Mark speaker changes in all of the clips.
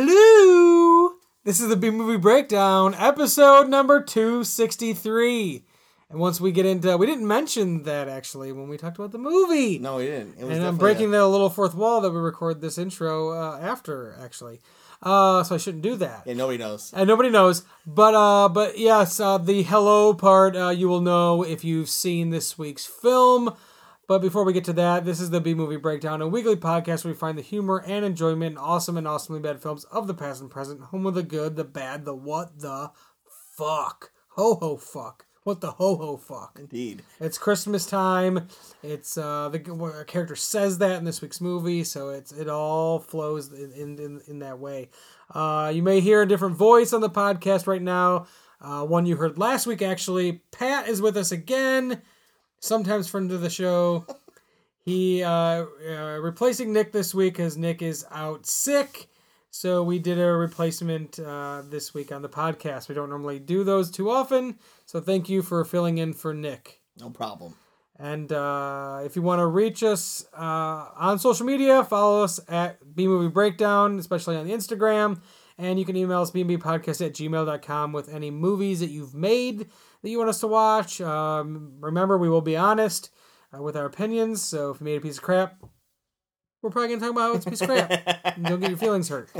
Speaker 1: Hello! This is the B Movie Breakdown, episode number 263. And once we get into, we didn't mention that actually when we talked about the movie.
Speaker 2: No, we didn't. It was
Speaker 1: and I'm
Speaker 2: definitely
Speaker 1: breaking
Speaker 2: a-
Speaker 1: the little fourth wall that we record this intro uh, after actually. Uh, so I shouldn't do that.
Speaker 2: Yeah, nobody knows.
Speaker 1: And nobody knows. But uh, but yes, uh, the hello part uh, you will know if you've seen this week's film. But before we get to that, this is the B Movie Breakdown, a weekly podcast where we find the humor and enjoyment in awesome and awesomely bad films of the past and present, home of the good, the bad, the what the fuck. Ho ho fuck. What the ho ho fuck.
Speaker 2: Indeed.
Speaker 1: It's Christmas time. It's uh, the a character says that in this week's movie, so it's it all flows in in, in, in that way. Uh, you may hear a different voice on the podcast right now. Uh, one you heard last week, actually. Pat is with us again, sometimes friend of the show. He uh, uh, replacing Nick this week because Nick is out sick. So we did a replacement uh, this week on the podcast. We don't normally do those too often. So thank you for filling in for Nick.
Speaker 2: No problem.
Speaker 1: And uh, if you want to reach us uh, on social media, follow us at B Movie Breakdown, especially on the Instagram. And you can email us, bmbpodcast at gmail.com, with any movies that you've made that you want us to watch. Um, remember, we will be honest uh, with our opinions. So if you made a piece of crap, we're probably going to talk about how it's a piece of crap. And Don't get your feelings hurt.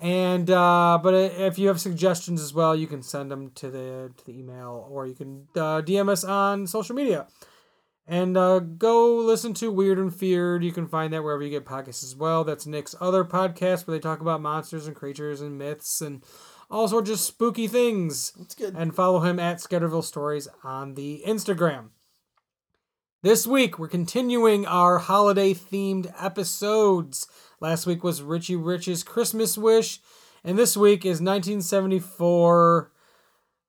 Speaker 1: And uh, but if you have suggestions as well, you can send them to the to the email, or you can uh, DM us on social media. And uh, go listen to Weird and Feared. You can find that wherever you get podcasts as well. That's Nick's other podcast where they talk about monsters and creatures and myths and all sorts of spooky things.
Speaker 2: It's good.
Speaker 1: And follow him at Scatterville Stories on the Instagram. This week, we're continuing our holiday themed episodes. Last week was Richie Rich's Christmas Wish, and this week is 1974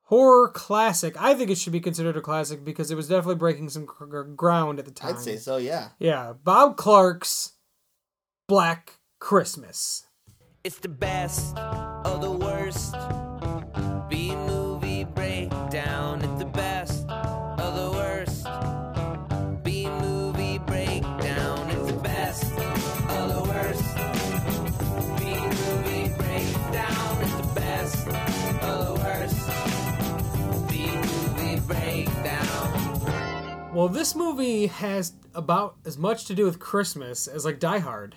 Speaker 1: horror classic. I think it should be considered a classic because it was definitely breaking some gr- gr- ground at the time.
Speaker 2: I'd say so, yeah.
Speaker 1: Yeah, Bob Clark's Black Christmas.
Speaker 3: It's the best of the worst. B movie breakdown. It's the best of the worst. B movie breakdown. It's the best of the worst. B movie breakdown. It's the best of the worst. B movie breakdown.
Speaker 1: Well, this movie has about as much to do with Christmas as like Die Hard.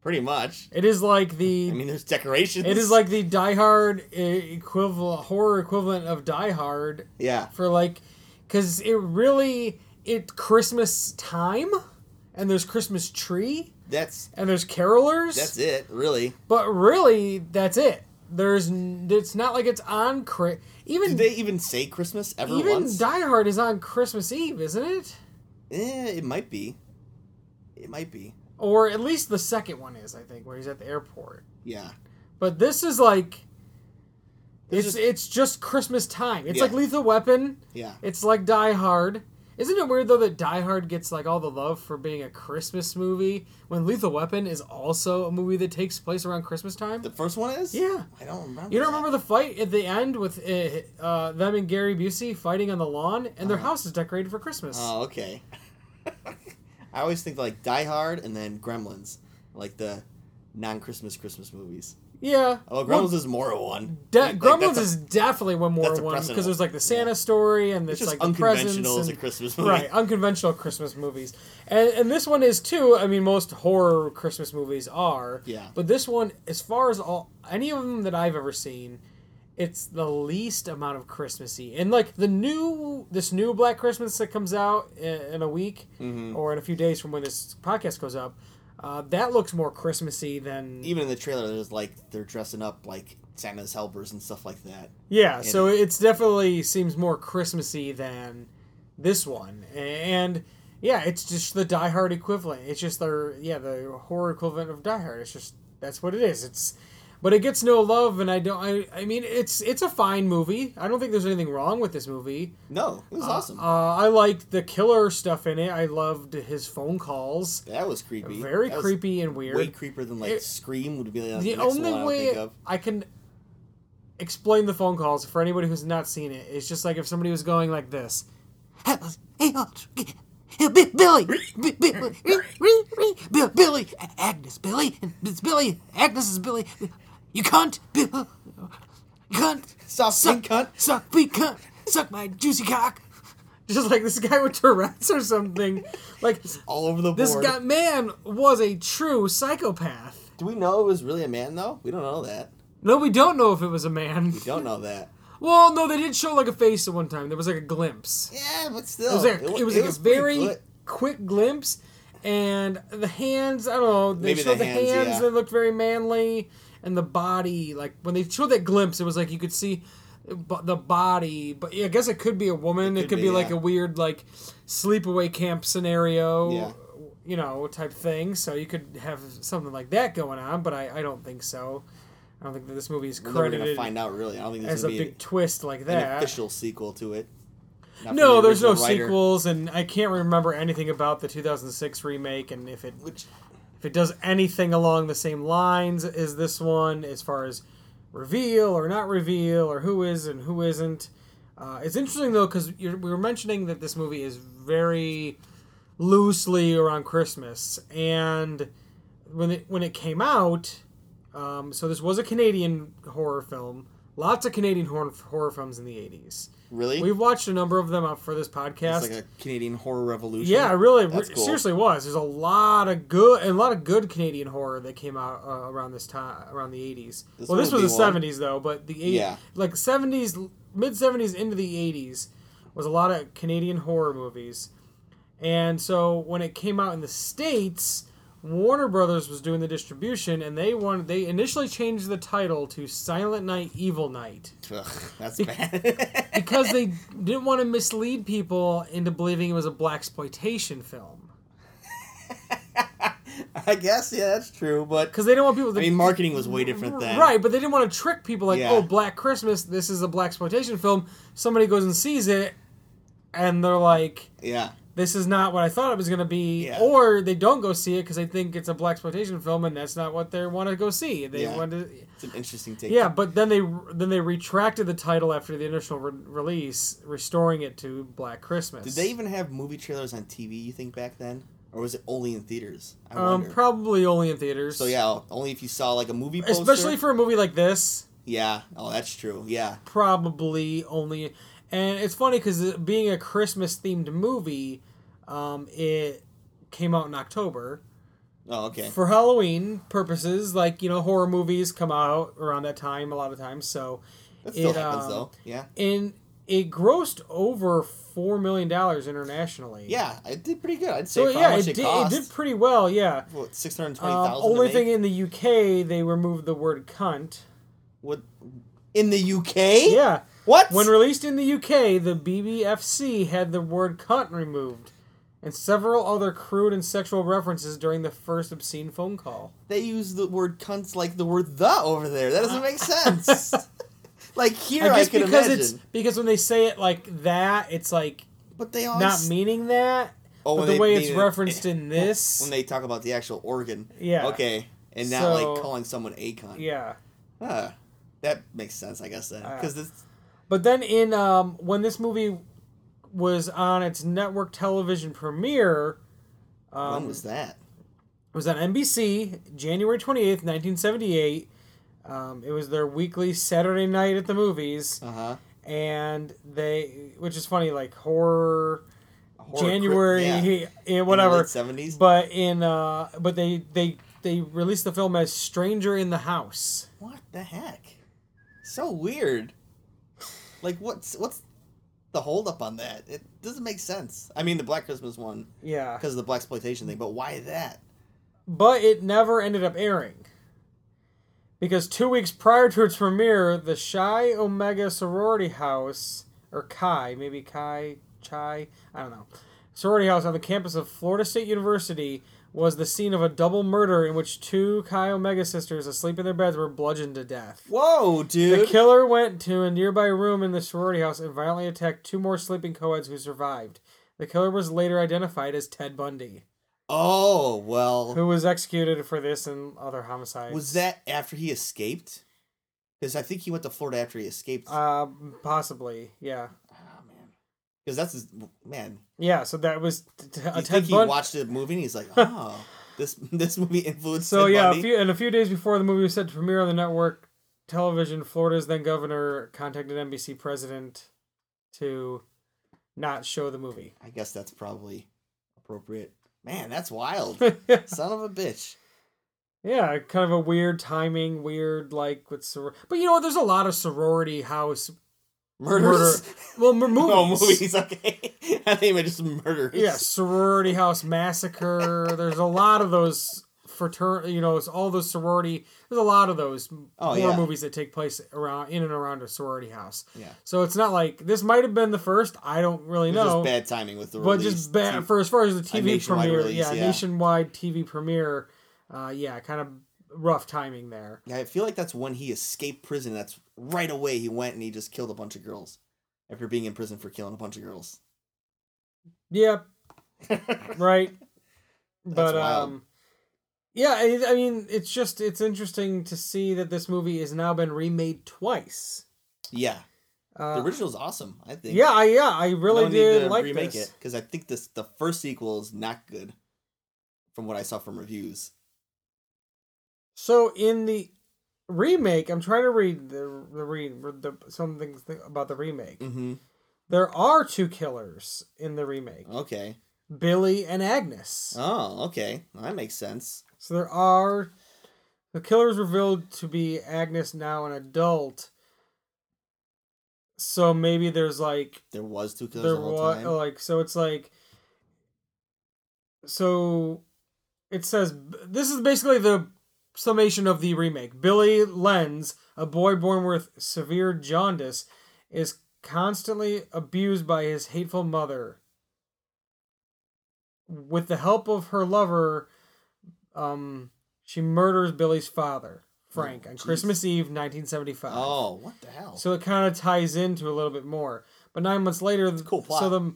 Speaker 2: Pretty much.
Speaker 1: It is like the
Speaker 2: I mean, there's decorations.
Speaker 1: It is like the Die Hard e- equivalent horror equivalent of Die Hard
Speaker 2: Yeah.
Speaker 1: for like cuz it really it Christmas time and there's Christmas tree
Speaker 2: That's
Speaker 1: and there's carolers
Speaker 2: that's it, really.
Speaker 1: but really that's it. There's n- it's not like it's on Chri- even
Speaker 2: Did they even say Christmas ever
Speaker 1: even
Speaker 2: once?
Speaker 1: Die Hard is on Christmas Eve, isn't it?
Speaker 2: eh, it might be. It might be.
Speaker 1: Or at least the second one is, I think, where he's at the airport.
Speaker 2: Yeah.
Speaker 1: But this is like
Speaker 2: There's
Speaker 1: it's
Speaker 2: just-
Speaker 1: it's just Christmas time. It's
Speaker 2: Yeah.
Speaker 1: like Lethal Weapon.
Speaker 2: Yeah.
Speaker 1: It's like Die Hard. Isn't it weird though that Die Hard gets like all the love for being a Christmas movie when Lethal Weapon is also a movie that takes place around Christmas time?
Speaker 2: The first one is?
Speaker 1: Yeah.
Speaker 2: I don't remember.
Speaker 1: You don't remember the fight at the end with uh, uh, them and Gary Busey fighting on the lawn, and
Speaker 2: Uh-huh.
Speaker 1: their house is decorated for Christmas.
Speaker 2: Oh, okay. I always think like Die Hard and then Gremlins, like the non Christmas Christmas movies.
Speaker 1: yeah.
Speaker 2: Oh, Gremlins
Speaker 1: Well,
Speaker 2: is more a one.
Speaker 1: De-
Speaker 2: Like,
Speaker 1: Gremlins
Speaker 2: that's a-
Speaker 1: is definitely one more
Speaker 2: that's a
Speaker 1: one
Speaker 2: precedent
Speaker 1: because there's
Speaker 2: one.
Speaker 1: like the Santa story and
Speaker 2: It's
Speaker 1: there's
Speaker 2: just
Speaker 1: like the presents
Speaker 2: unconventional as
Speaker 1: and
Speaker 2: a Christmas movie.
Speaker 1: right unconventional Christmas movies, and and this one is too. I mean, most horror Christmas movies are.
Speaker 2: Yeah.
Speaker 1: But this one, as far as all any of them that I've ever seen, it's the least amount of Christmassy. And like the new this new Black Christmas that comes out in, in a week
Speaker 2: Mm-hmm.
Speaker 1: or in a few days from when this podcast goes up, uh, that looks more Christmassy than
Speaker 2: even in the trailer, there's like they're dressing up like Santa's helpers and stuff like that.
Speaker 1: Yeah, so it's definitely seems more Christmassy than this one, and yeah, it's just the Die Hard equivalent. It's just their yeah the horror equivalent of Die Hard. It's just that's what it is. It's but it gets no love, and I don't. I, I mean, it's it's a fine movie. I don't think there's anything wrong with this movie.
Speaker 2: No, it was awesome.
Speaker 1: Uh, I liked the killer stuff in it. I loved his phone calls.
Speaker 2: that was creepy.
Speaker 1: Very
Speaker 2: That was
Speaker 1: creepy and weird.
Speaker 2: Way creepier than like
Speaker 1: It-
Speaker 2: Scream would be like,
Speaker 1: the
Speaker 2: the next
Speaker 1: only
Speaker 2: one I would think
Speaker 1: way
Speaker 2: of.
Speaker 1: I can explain the phone calls for anybody who's not seen it is just like if somebody was going like this.
Speaker 4: Hey, uh, Billy, Billy, Bi- Bi- Bi- Bi- Billy, Agnes, Billy, it's Billy, Agnes is Billy, You cunt! B- cunt!
Speaker 2: Stop,
Speaker 4: Suck,
Speaker 2: cunt.
Speaker 4: Suck, big cunt! Suck my juicy cock!
Speaker 1: Just like this guy with Tourette's or something. Like
Speaker 2: all over the
Speaker 1: this
Speaker 2: board.
Speaker 1: guy man was a true psychopath.
Speaker 2: Do we know it was really a man though? We don't know that.
Speaker 1: No, we don't know if it was a man.
Speaker 2: We don't know that.
Speaker 1: Well, no, they did show like a face at one time. There was like a glimpse.
Speaker 2: Yeah, but still,
Speaker 1: It was like,
Speaker 2: wa-
Speaker 1: it was like a
Speaker 2: pretty
Speaker 1: very
Speaker 2: good.
Speaker 1: quick glimpse, and the hands. I don't know. They
Speaker 2: Maybe
Speaker 1: showed
Speaker 2: the
Speaker 1: the
Speaker 2: hands,
Speaker 1: hands.
Speaker 2: yeah.
Speaker 1: They looked very manly, and the body. Like when they showed that glimpse, it was like you could see bu- the body. But yeah, I guess it could be a woman. It could,
Speaker 2: could
Speaker 1: be,
Speaker 2: be,
Speaker 1: like
Speaker 2: yeah.
Speaker 1: a weird like sleepaway camp scenario.
Speaker 2: Yeah.
Speaker 1: You know, type thing. So you could have something like that going on, but I, I don't think so. I don't think that this movie is
Speaker 2: We're never gonna
Speaker 1: credited
Speaker 2: find out really. I don't think there's
Speaker 1: as a
Speaker 2: gonna be
Speaker 1: big twist like
Speaker 2: an
Speaker 1: that.
Speaker 2: official sequel to it. Not from
Speaker 1: No,
Speaker 2: the
Speaker 1: there's no
Speaker 2: original writer,
Speaker 1: sequels, and I can't remember anything about the 2006 remake. And if it
Speaker 2: Which
Speaker 1: if it does anything along the same lines as this one, as far as reveal or not reveal, or who is and who isn't, uh, it's interesting though because we were mentioning that this movie is very loosely around Christmas, and when it when it came out, um, so this was a Canadian horror film. Lots of Canadian horror, horror films in the 80s.
Speaker 2: really,
Speaker 1: We've watched a number of them up for this podcast.
Speaker 2: it's like a Canadian horror revolution.
Speaker 1: yeah, it really,
Speaker 2: That's
Speaker 1: it
Speaker 2: cool.
Speaker 1: seriously was. There's a lot of good and a lot of good Canadian horror that came out uh, around this time, around the 80s.
Speaker 2: This
Speaker 1: well, this
Speaker 2: would
Speaker 1: was
Speaker 2: be
Speaker 1: the
Speaker 2: one.
Speaker 1: 70s though, but the 80s,
Speaker 2: Yeah.
Speaker 1: like 70s, mid 70s into the 80s was a lot of Canadian horror movies. And so when it came out in the states, Warner Brothers was doing the distribution, and they wanted they initially changed the title to Silent Night, Evil Night
Speaker 2: Ugh, that's bad.
Speaker 1: because they didn't want to mislead people into believing it was a black exploitation film.
Speaker 2: I guess yeah, that's true. But
Speaker 1: Because they didn't want people to
Speaker 2: I mean, marketing was way different then.
Speaker 1: right, but they didn't want to trick people like,
Speaker 2: Yeah.
Speaker 1: "Oh, Black Christmas, this is a black exploitation film." Somebody goes and sees it, and they're like,
Speaker 2: Yeah.
Speaker 1: "This is not what I thought it was going to be,"
Speaker 2: Yeah.
Speaker 1: or they don't go see it because they think it's a black exploitation film, and that's not what they want to go see. They
Speaker 2: Yeah.
Speaker 1: want to.
Speaker 2: It's an interesting take.
Speaker 1: Yeah, but then they then they retracted the title after the initial re- release, restoring it to Black Christmas.
Speaker 2: Did they even have movie trailers on TV? You think back then, or was it only in theaters? I
Speaker 1: Um,
Speaker 2: wonder.
Speaker 1: probably only in theaters.
Speaker 2: so yeah, only if you saw like a movie poster.
Speaker 1: especially for a movie like this,
Speaker 2: Yeah. Oh, that's true. Yeah.
Speaker 1: probably only. And it's funny because being a Christmas themed movie, um, it came out in October
Speaker 2: Oh, okay.
Speaker 1: for Halloween purposes. Like you know, horror movies come out around that time a lot of times. So
Speaker 2: that still
Speaker 1: it,
Speaker 2: happens
Speaker 1: um,
Speaker 2: though. Yeah.
Speaker 1: and it grossed over four million dollars internationally.
Speaker 2: Yeah, it did pretty good. I'd say
Speaker 1: So
Speaker 2: for
Speaker 1: yeah,
Speaker 2: how
Speaker 1: it
Speaker 2: much it,
Speaker 1: did, it
Speaker 2: cost.
Speaker 1: did pretty well. Yeah.
Speaker 2: What, 620,000
Speaker 1: Um,
Speaker 2: to
Speaker 1: only
Speaker 2: make?
Speaker 1: thing in the UK they removed the word cunt.
Speaker 2: What in the UK?
Speaker 1: Yeah.
Speaker 2: What?
Speaker 1: When released in the UK, the BBFC had the word cunt removed and several other crude and sexual references during the first obscene phone call.
Speaker 2: they use the word cunts like the word the over there. That doesn't make sense. like here I, could
Speaker 1: because
Speaker 2: imagine.
Speaker 1: it's because when they say it like that, it's like
Speaker 2: but they always
Speaker 1: not meaning that.
Speaker 2: Oh,
Speaker 1: but
Speaker 2: when
Speaker 1: the
Speaker 2: they-
Speaker 1: way
Speaker 2: they-
Speaker 1: it's referenced in this,
Speaker 2: when they talk about the actual organ.
Speaker 1: Yeah.
Speaker 2: Okay. And not
Speaker 1: So-
Speaker 2: like calling someone a cunt.
Speaker 1: yeah. Uh,
Speaker 2: Huh. That makes sense, I guess then. Because it's
Speaker 1: But then in um, when this movie was on its network television premiere,
Speaker 2: when was
Speaker 1: um,
Speaker 2: that?
Speaker 1: It was on NBC, January 28th, 1978. Um, it was their weekly Saturday night at the movies.
Speaker 2: Uh huh.
Speaker 1: And they, which is funny, like horror, January, eh, whatever.
Speaker 2: Seventies.
Speaker 1: But in, uh, but they, they, they released the film as Stranger in the House.
Speaker 2: What the heck? So weird. Like what's what's the holdup on that? It doesn't make sense. I mean, the Black Christmas one
Speaker 1: Yeah.
Speaker 2: because of the black exploitation thing, but why that?
Speaker 1: But it never ended up airing. Because two weeks prior to its premiere, the Chi Omega sorority house, or Chi, maybe Chi, Chi, I don't know, sorority house on the campus of Florida State University was the scene of a double murder in which two Chi Omega sisters asleep in their beds were bludgeoned to death.
Speaker 2: Whoa,
Speaker 1: The
Speaker 2: dude!
Speaker 1: killer went to a nearby room in the sorority house and violently attacked two more sleeping co-eds who survived. The killer was later identified as Ted Bundy
Speaker 2: oh well,
Speaker 1: who was executed for this and other homicides.
Speaker 2: was that after he escaped? Because I think he went to Florida after he escaped.
Speaker 1: Uh, possibly, yeah,
Speaker 2: Because that's his, man.
Speaker 1: yeah. So that was t- t- a
Speaker 2: You
Speaker 1: Ted
Speaker 2: think he
Speaker 1: Bundy.
Speaker 2: watched the movie and he's like, oh, This this movie influenced.
Speaker 1: So
Speaker 2: Ted
Speaker 1: yeah, a
Speaker 2: Bundy.
Speaker 1: few, and a few days before the movie was set to premiere on the network television, Florida's then governor contacted NBC president to not show the movie.
Speaker 2: I guess that's probably appropriate. Man, that's wild.
Speaker 1: yeah,
Speaker 2: Son of a bitch.
Speaker 1: kind of a weird timing, weird like with soror- But you know what? There's a lot of sorority house
Speaker 2: Murders.
Speaker 1: murder. Well, m- movies.
Speaker 2: No movies. Okay, I think it just murders.
Speaker 1: Yeah, sorority house massacre. there's a lot of those fraternity. You know, it's all those sorority. There's a lot of those
Speaker 2: Oh,
Speaker 1: horror
Speaker 2: yeah.
Speaker 1: movies that take place around in and around a sorority house.
Speaker 2: Yeah.
Speaker 1: So it's not like this might have been the first. I don't really
Speaker 2: It was
Speaker 1: know,
Speaker 2: Just bad timing with the
Speaker 1: but
Speaker 2: release.
Speaker 1: just bad for as far as the TV
Speaker 2: nationwide
Speaker 1: premiere.
Speaker 2: release,
Speaker 1: yeah,
Speaker 2: yeah.
Speaker 1: nationwide TV premiere. Uh, yeah, kind of rough timing there.
Speaker 2: Yeah, I feel like that's when he escaped prison. That's right away he went and he just killed a bunch of girls after being in prison for killing a bunch of girls.
Speaker 1: Yep, right. but
Speaker 2: wild.
Speaker 1: um, yeah, I, I mean, it's just it's interesting to see that this movie has now been remade twice.
Speaker 2: yeah, the
Speaker 1: Uh,
Speaker 2: original's awesome. I think.
Speaker 1: yeah, I, yeah, I really
Speaker 2: No need
Speaker 1: did
Speaker 2: to
Speaker 1: like
Speaker 2: remake
Speaker 1: this.
Speaker 2: it because I think this the first sequel is not good, from what I saw from reviews.
Speaker 1: So in the remake, I'm trying to read the the read the some things th- about the remake.
Speaker 2: Mm-hmm.
Speaker 1: There are two killers in the remake,
Speaker 2: Okay.
Speaker 1: Billy and Agnes.
Speaker 2: Oh, okay. Well, that makes sense.
Speaker 1: So there are the killer is revealed to be Agnes, now an adult. So maybe there's like
Speaker 2: There was two killers
Speaker 1: there oh.
Speaker 2: the whole
Speaker 1: was
Speaker 2: time.
Speaker 1: like so it's like so it says this is basically the summation of the remake. Billy Lenz, a boy born with severe jaundice, is constantly abused by his hateful mother. With the help of her lover, um, she murders Billy's father, Frank,
Speaker 2: Oh,
Speaker 1: on
Speaker 2: jeez.
Speaker 1: Christmas Eve, 1975.
Speaker 2: oh, what the hell?
Speaker 1: So it kind of ties into a little bit more. But nine months later,
Speaker 2: cool plot.
Speaker 1: so the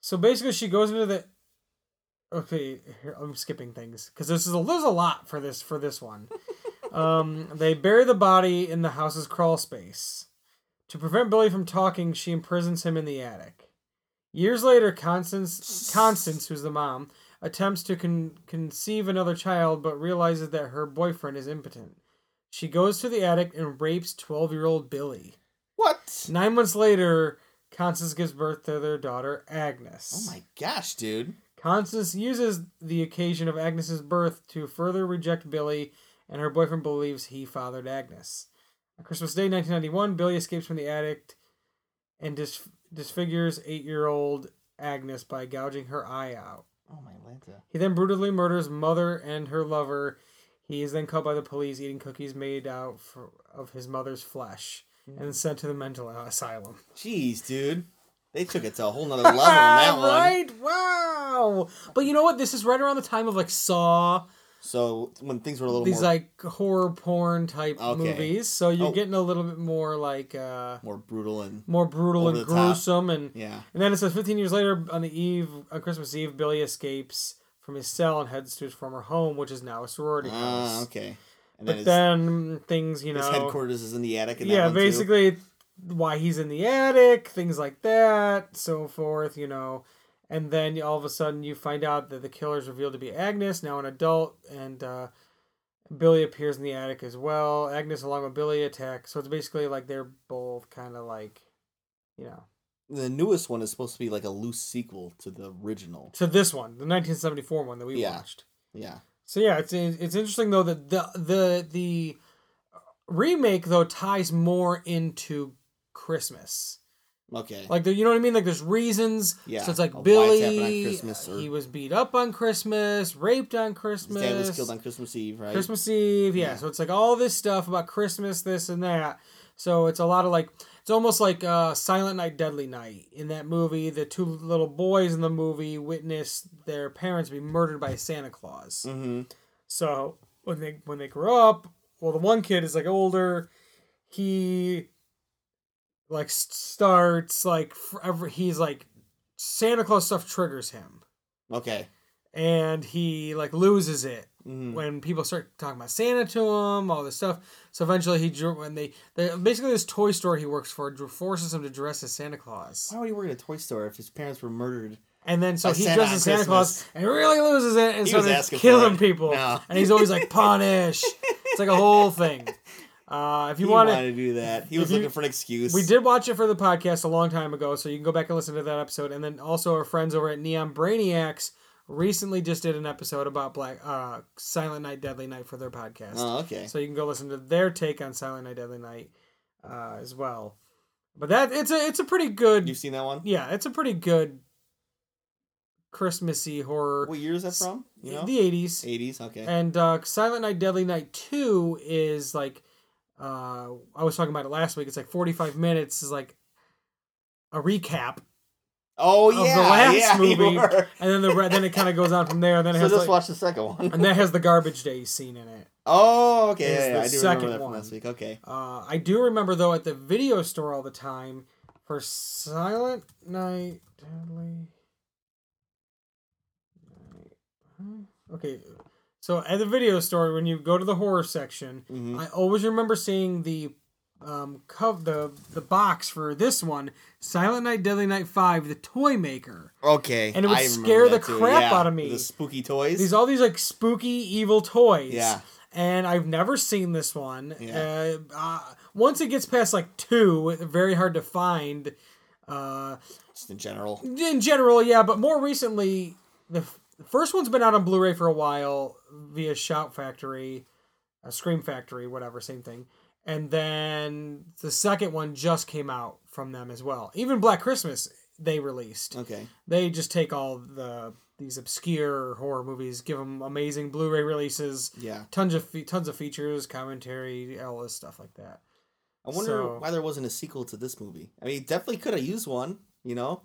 Speaker 1: so basically she goes into the okay. Here, I'm skipping things because this is a there's a lot for this for this one. um, they bury the body in the house's crawl space. To prevent Billy from talking, she imprisons him in the attic. Years later, Constance, Constance, who's the mom, attempts to con- conceive another child, but realizes that her boyfriend is impotent. She goes to the attic and rapes 12 year old Billy.
Speaker 2: what?
Speaker 1: Nine months later, Constance gives birth to their daughter,
Speaker 2: Oh
Speaker 1: Agnes.
Speaker 2: my gosh, dude.
Speaker 1: Constance uses the occasion of Agnes's birth to further reject Billy, and her boyfriend believes he fathered Agnes. On Christmas Day, 1991, Billy escapes from the attic and dis- disfigures eight year old Agnes by gouging her eye out.
Speaker 2: Oh my Lanta.
Speaker 1: He then brutally murders mother and her lover. He is then caught by the police eating cookies made out for, of his mother's flesh
Speaker 2: Mm.
Speaker 1: and sent to the mental asylum.
Speaker 2: Jeez, dude. They took it to a whole nother level in that one.
Speaker 1: right? Wow. But you know what? This is right around the time of like Saw,
Speaker 2: So when things were a little
Speaker 1: these
Speaker 2: more
Speaker 1: like horror porn type
Speaker 2: Okay.
Speaker 1: movies. So you're
Speaker 2: Oh.
Speaker 1: getting a little bit more like uh
Speaker 2: more brutal and
Speaker 1: more brutal
Speaker 2: Over
Speaker 1: and
Speaker 2: the top.
Speaker 1: gruesome and
Speaker 2: yeah.
Speaker 1: and then it says 15 years later on the eve on Christmas Eve Billy escapes from his cell and heads to his former home which is now a sorority house.
Speaker 2: Ah, okay. And
Speaker 1: But
Speaker 2: his,
Speaker 1: then things, you know,
Speaker 2: his headquarters is in the attic. In that
Speaker 1: yeah,
Speaker 2: one, too.
Speaker 1: basically why he's in the attic, things like that, so forth, you know. And then all of a sudden you find out that the killer is revealed to be Agnes, now an adult, and uh, Billy appears in the attic as well. Agnes, along with Billy, attack. So it's basically like they're both kind of like, you know,
Speaker 2: the newest one is supposed to be like a loose sequel to the original.
Speaker 1: to this one, the 1974 one that we
Speaker 2: Yeah.
Speaker 1: watched.
Speaker 2: Yeah.
Speaker 1: So yeah, it's it's interesting though that the the the remake though ties more into Christmas.
Speaker 2: Okay.
Speaker 1: Like the, you know what I mean? Like there's reasons.
Speaker 2: Yeah,
Speaker 1: So it's like
Speaker 2: of why it's happening on
Speaker 1: Billy.
Speaker 2: Christmas or-
Speaker 1: He was beat up on Christmas, raped on
Speaker 2: his
Speaker 1: Christmas.
Speaker 2: dad was killed on Christmas Eve, right?
Speaker 1: Christmas Eve. Yeah.
Speaker 2: Yeah.
Speaker 1: So it's like all this stuff about Christmas, this and that. So it's a lot of like it's almost like uh, Silent Night, Deadly Night. In that movie, the two little boys in the movie witness their parents be murdered by Santa Claus.
Speaker 2: Mm-hmm.
Speaker 1: So when they when they grow up, well, the one kid is like older. He like s- starts like forever. He's like Santa Claus stuff triggers him,
Speaker 2: Okay.
Speaker 1: and he like loses it
Speaker 2: Mm-hmm.
Speaker 1: when people start talking about Santa to him, all this stuff. So eventually, he drew when they they basically this toy store he works for dr- forces him to dress as Santa Claus.
Speaker 2: Why would he work at a toy store if his parents were murdered
Speaker 1: And then so
Speaker 2: Like
Speaker 1: he
Speaker 2: Oh, Santa
Speaker 1: dresses
Speaker 2: on
Speaker 1: as Santa Claus
Speaker 2: Christmas.
Speaker 1: and really loses it and
Speaker 2: He was
Speaker 1: starts
Speaker 2: asking for
Speaker 1: killing
Speaker 2: it.
Speaker 1: people.
Speaker 2: No.
Speaker 1: And he's always like punish. it's like a whole thing. Uh, if you
Speaker 2: he
Speaker 1: want
Speaker 2: wanted,
Speaker 1: to,
Speaker 2: to do that. He was
Speaker 1: you-
Speaker 2: looking for an excuse.
Speaker 1: we did watch it for the podcast a long time ago, so you can go back and listen to that episode. And then also our friends over at Neon Brainiacs recently just did an episode about Black uh, Silent Night, Deadly Night for their podcast.
Speaker 2: Oh, okay.
Speaker 1: So you can go listen to their take on Silent Night, Deadly Night uh, as well. But that it's a it's a pretty good
Speaker 2: You've seen that one?
Speaker 1: yeah, it's a pretty good Christmassy horror.
Speaker 2: What year is that from? You know,
Speaker 1: The eighties.
Speaker 2: eighties. Okay.
Speaker 1: And uh, Silent Night, Deadly Night Two is like uh, I was talking about it last week. It's like forty five minutes is like a recap,
Speaker 2: oh
Speaker 1: of the
Speaker 2: yeah,
Speaker 1: last
Speaker 2: yeah, you
Speaker 1: movie.
Speaker 2: were.
Speaker 1: and then the re- then it kind of goes on from there. And then it
Speaker 2: So
Speaker 1: has
Speaker 2: just
Speaker 1: like,
Speaker 2: watch the second one.
Speaker 1: and that has the garbage day scene in it.
Speaker 2: Oh, okay.
Speaker 1: Is
Speaker 2: Yeah, yeah,
Speaker 1: the
Speaker 2: I do
Speaker 1: second
Speaker 2: remember that
Speaker 1: one.
Speaker 2: from last week. Okay.
Speaker 1: Uh, I do remember though at the video store all the time for Silent Night Deadly. Night- huh? Okay, so at the video store when you go to the horror section,
Speaker 2: Mhm.
Speaker 1: I always remember seeing the um cov the the box for this one, Silent Night Deadly Night Five, the toy maker.
Speaker 2: Okay.
Speaker 1: And it would
Speaker 2: I remember
Speaker 1: scare
Speaker 2: that
Speaker 1: the
Speaker 2: too,
Speaker 1: crap
Speaker 2: yeah,
Speaker 1: out of me.
Speaker 2: The spooky toys.
Speaker 1: These all these like spooky evil toys.
Speaker 2: Yeah.
Speaker 1: And I've never seen this one.
Speaker 2: Yeah.
Speaker 1: Uh, uh, once it gets past like two, very hard to find. Uh,
Speaker 2: just in general.
Speaker 1: in general, yeah, but more recently, the, f- the first one's been out on Blu-ray for a while via Shout Factory, uh, Scream Factory, whatever, same thing. And then the second one just came out from them as well. Even Black Christmas they released
Speaker 2: Okay.
Speaker 1: they just take all the these obscure horror movies, give them amazing Blu-ray releases,
Speaker 2: Yeah.
Speaker 1: tons of fe- tons of features, commentary, all this stuff like that.
Speaker 2: I wonder
Speaker 1: So-
Speaker 2: why there wasn't a sequel to this movie. I mean, you definitely could have used one. You know.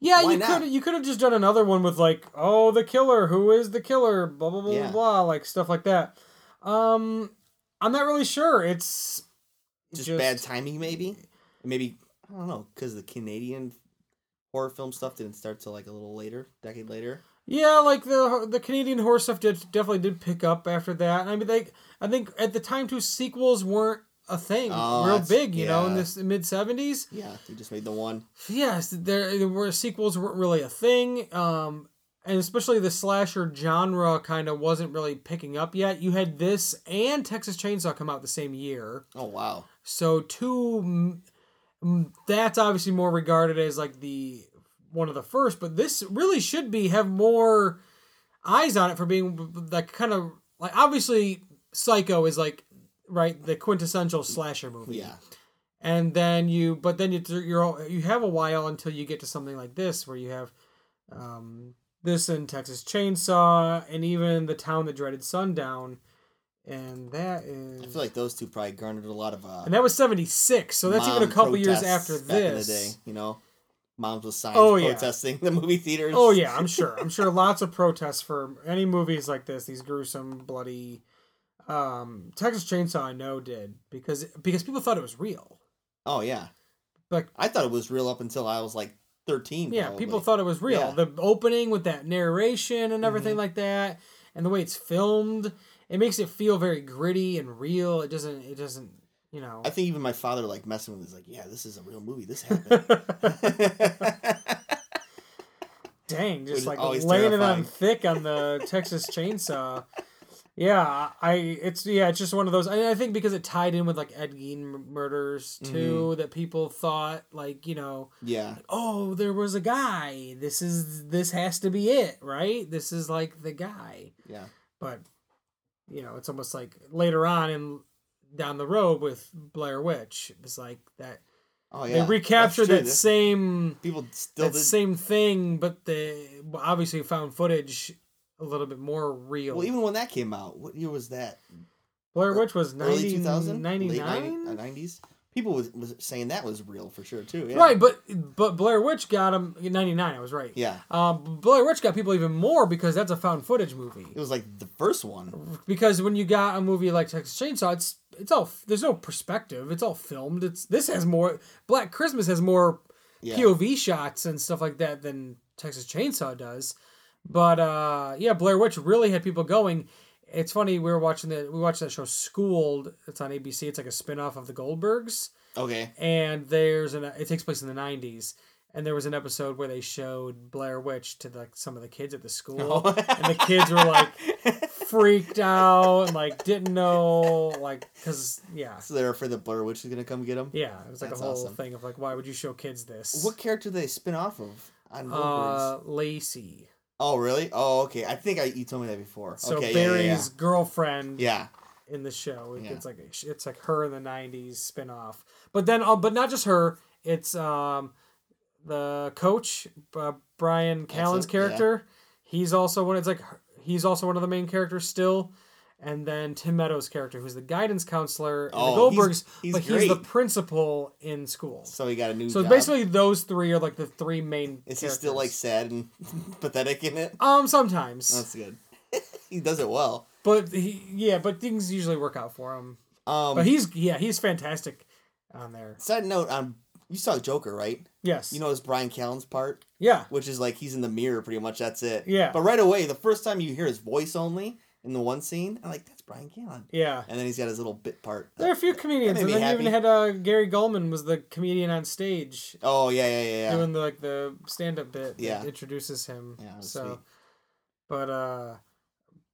Speaker 1: Yeah,
Speaker 2: Why
Speaker 1: you
Speaker 2: not?
Speaker 1: could you could have just done another one with like, oh, the killer, who is the killer, blah blah blah blah
Speaker 2: Yeah.
Speaker 1: blah, like stuff like that. Um, I'm not really sure. It's
Speaker 2: just, bad timing maybe maybe i don't know because the canadian horror film stuff didn't start till like a little later decade later
Speaker 1: Yeah, like the the Canadian horror stuff did definitely did pick up after that. I mean, they I think at the time too sequels weren't a thing,
Speaker 2: Oh,
Speaker 1: real
Speaker 2: that's-
Speaker 1: big, you know, in
Speaker 2: yeah.
Speaker 1: this mid seventies.
Speaker 2: yeah we just made the one
Speaker 1: Yes, there, there were sequels weren't really a thing, um, and especially the slasher genre kind of wasn't really picking up yet. You had this and Texas Chainsaw come out the same year,
Speaker 2: oh wow
Speaker 1: so two. mm, mm, That's obviously more regarded as like the one of the first, but this really should be have more eyes on it for being like kind of like obviously Psycho is like right the quintessential slasher movie
Speaker 2: yeah
Speaker 1: and then you but then you you're you have a while until you get to something like this where you have um this and Texas Chainsaw and even the town that dreaded sundown and that is
Speaker 2: i feel like those two probably garnered a lot of uh
Speaker 1: and that was 76 so that's even a
Speaker 2: mom
Speaker 1: couple years
Speaker 2: protests
Speaker 1: after
Speaker 2: back in the day
Speaker 1: this
Speaker 2: you know moms with signs
Speaker 1: Oh, yeah.
Speaker 2: protesting the movie theaters
Speaker 1: oh yeah i'm sure i'm sure lots of protests for any movies like this these gruesome bloody um Texas Chainsaw I know did because because people thought it was real
Speaker 2: oh yeah
Speaker 1: Like-
Speaker 2: i thought it was real up until i was like 13
Speaker 1: Yeah,
Speaker 2: probably.
Speaker 1: people thought it was real.
Speaker 2: Yeah. Mm-hmm.
Speaker 1: The opening with that narration and everything like that, and the way it's filmed, it makes it feel very gritty and real. It doesn't. It doesn't. You know.
Speaker 2: i think even my father like messing with me he's like yeah this is a real movie this happened
Speaker 1: Dang,
Speaker 2: Which
Speaker 1: just
Speaker 2: is
Speaker 1: like
Speaker 2: always
Speaker 1: laying it on
Speaker 2: terrifying.
Speaker 1: thick on the Texas Chainsaw. Yeah, I it's yeah, it's just one of those. I, I think because it tied in with like Ed Gein m- murders too,
Speaker 2: Mm-hmm.
Speaker 1: that people thought like you know
Speaker 2: yeah
Speaker 1: oh there was a guy. This is this has to be it, right? This is like the guy.
Speaker 2: yeah
Speaker 1: but you know it's almost like later on and down the road with blair witch it's like that
Speaker 2: oh yeah
Speaker 1: they recaptured
Speaker 2: That's true.
Speaker 1: that
Speaker 2: This-
Speaker 1: same
Speaker 2: people still
Speaker 1: that
Speaker 2: did
Speaker 1: same thing but they obviously found footage a little bit more real
Speaker 2: Well, even when that came out, what year was that?
Speaker 1: blair witch was
Speaker 2: Early 2000?
Speaker 1: 1999
Speaker 2: 90s? uh, People was, was saying that was real for sure, too. Yeah.
Speaker 1: right but but blair witch got him 99 i was right
Speaker 2: Yeah.
Speaker 1: uh, blair witch got people even more because that's a found footage movie
Speaker 2: It was like the first one.
Speaker 1: because when you got a movie like Texas Chainsaw, it's it's all there's no perspective. It's all filmed. It's this has more Black Christmas has more
Speaker 2: Yeah.
Speaker 1: POV shots and stuff like that than Texas Chainsaw does. But uh, yeah, Blair Witch really had people going. It's funny we were watching that we watched that show Schooled. It's on ABC. It's like a spin off of The Goldbergs,
Speaker 2: Okay.
Speaker 1: and there's an it takes place in the '90s. and there was an episode where they showed Blair Witch to like some of the kids at the
Speaker 2: Oh.
Speaker 1: school, and the kids were like freaked out and like didn't know like because yeah
Speaker 2: So they're afraid that Blair Witch is gonna come get them.
Speaker 1: yeah it was like
Speaker 2: That's
Speaker 1: a whole
Speaker 2: awesome.
Speaker 1: thing of like why would you show kids this?
Speaker 2: What character do they spin off of on Wolverines?
Speaker 1: uh, Lacey.
Speaker 2: oh, really? Oh, okay. I think I, you told me that before.
Speaker 1: So
Speaker 2: okay, yeah,
Speaker 1: Barry's
Speaker 2: yeah,
Speaker 1: girlfriend
Speaker 2: yeah, yeah.
Speaker 1: in the show. It-
Speaker 2: Yeah.
Speaker 1: It's like it's like her in the '90s spinoff. But then, uh, but not just her. It's um the coach uh, Brian Callen's
Speaker 2: yeah.
Speaker 1: character. He's also one. It's like her- he's also one of the main characters still. And then Tim Meadows' character, who's the guidance counselor in the
Speaker 2: Oh, he's-
Speaker 1: Goldbergs,
Speaker 2: he's
Speaker 1: but he's the
Speaker 2: great.
Speaker 1: principal in school. So,
Speaker 2: So he got a new. job.
Speaker 1: basically, those three are like the three main.
Speaker 2: is he still like sad and pathetic in it?
Speaker 1: um sometimes,
Speaker 2: That's good. he does it well.
Speaker 1: but he yeah, but things usually work out for him.
Speaker 2: Um,
Speaker 1: But he's yeah, he's fantastic on there.
Speaker 2: side note on you saw Joker, right?
Speaker 1: Yes.
Speaker 2: You notice Brian Callen's part,
Speaker 1: Yeah.
Speaker 2: which is like he's in the mirror pretty much. That's it.
Speaker 1: Yeah.
Speaker 2: But right away, the first time you hear his voice only in the one scene, I'm like, that's Brian Callen.
Speaker 1: Yeah.
Speaker 2: And then he's got his little bit part.
Speaker 1: There are a few comedians,
Speaker 2: made
Speaker 1: and
Speaker 2: me
Speaker 1: then you
Speaker 2: happy.
Speaker 1: even had uh, Gary Goldman was the comedian on stage
Speaker 2: Oh yeah, yeah, yeah, yeah.
Speaker 1: doing the, like the stand-up bit. that
Speaker 2: Yeah.
Speaker 1: introduces him.
Speaker 2: Yeah, that was
Speaker 1: so,
Speaker 2: sweet.
Speaker 1: but uh,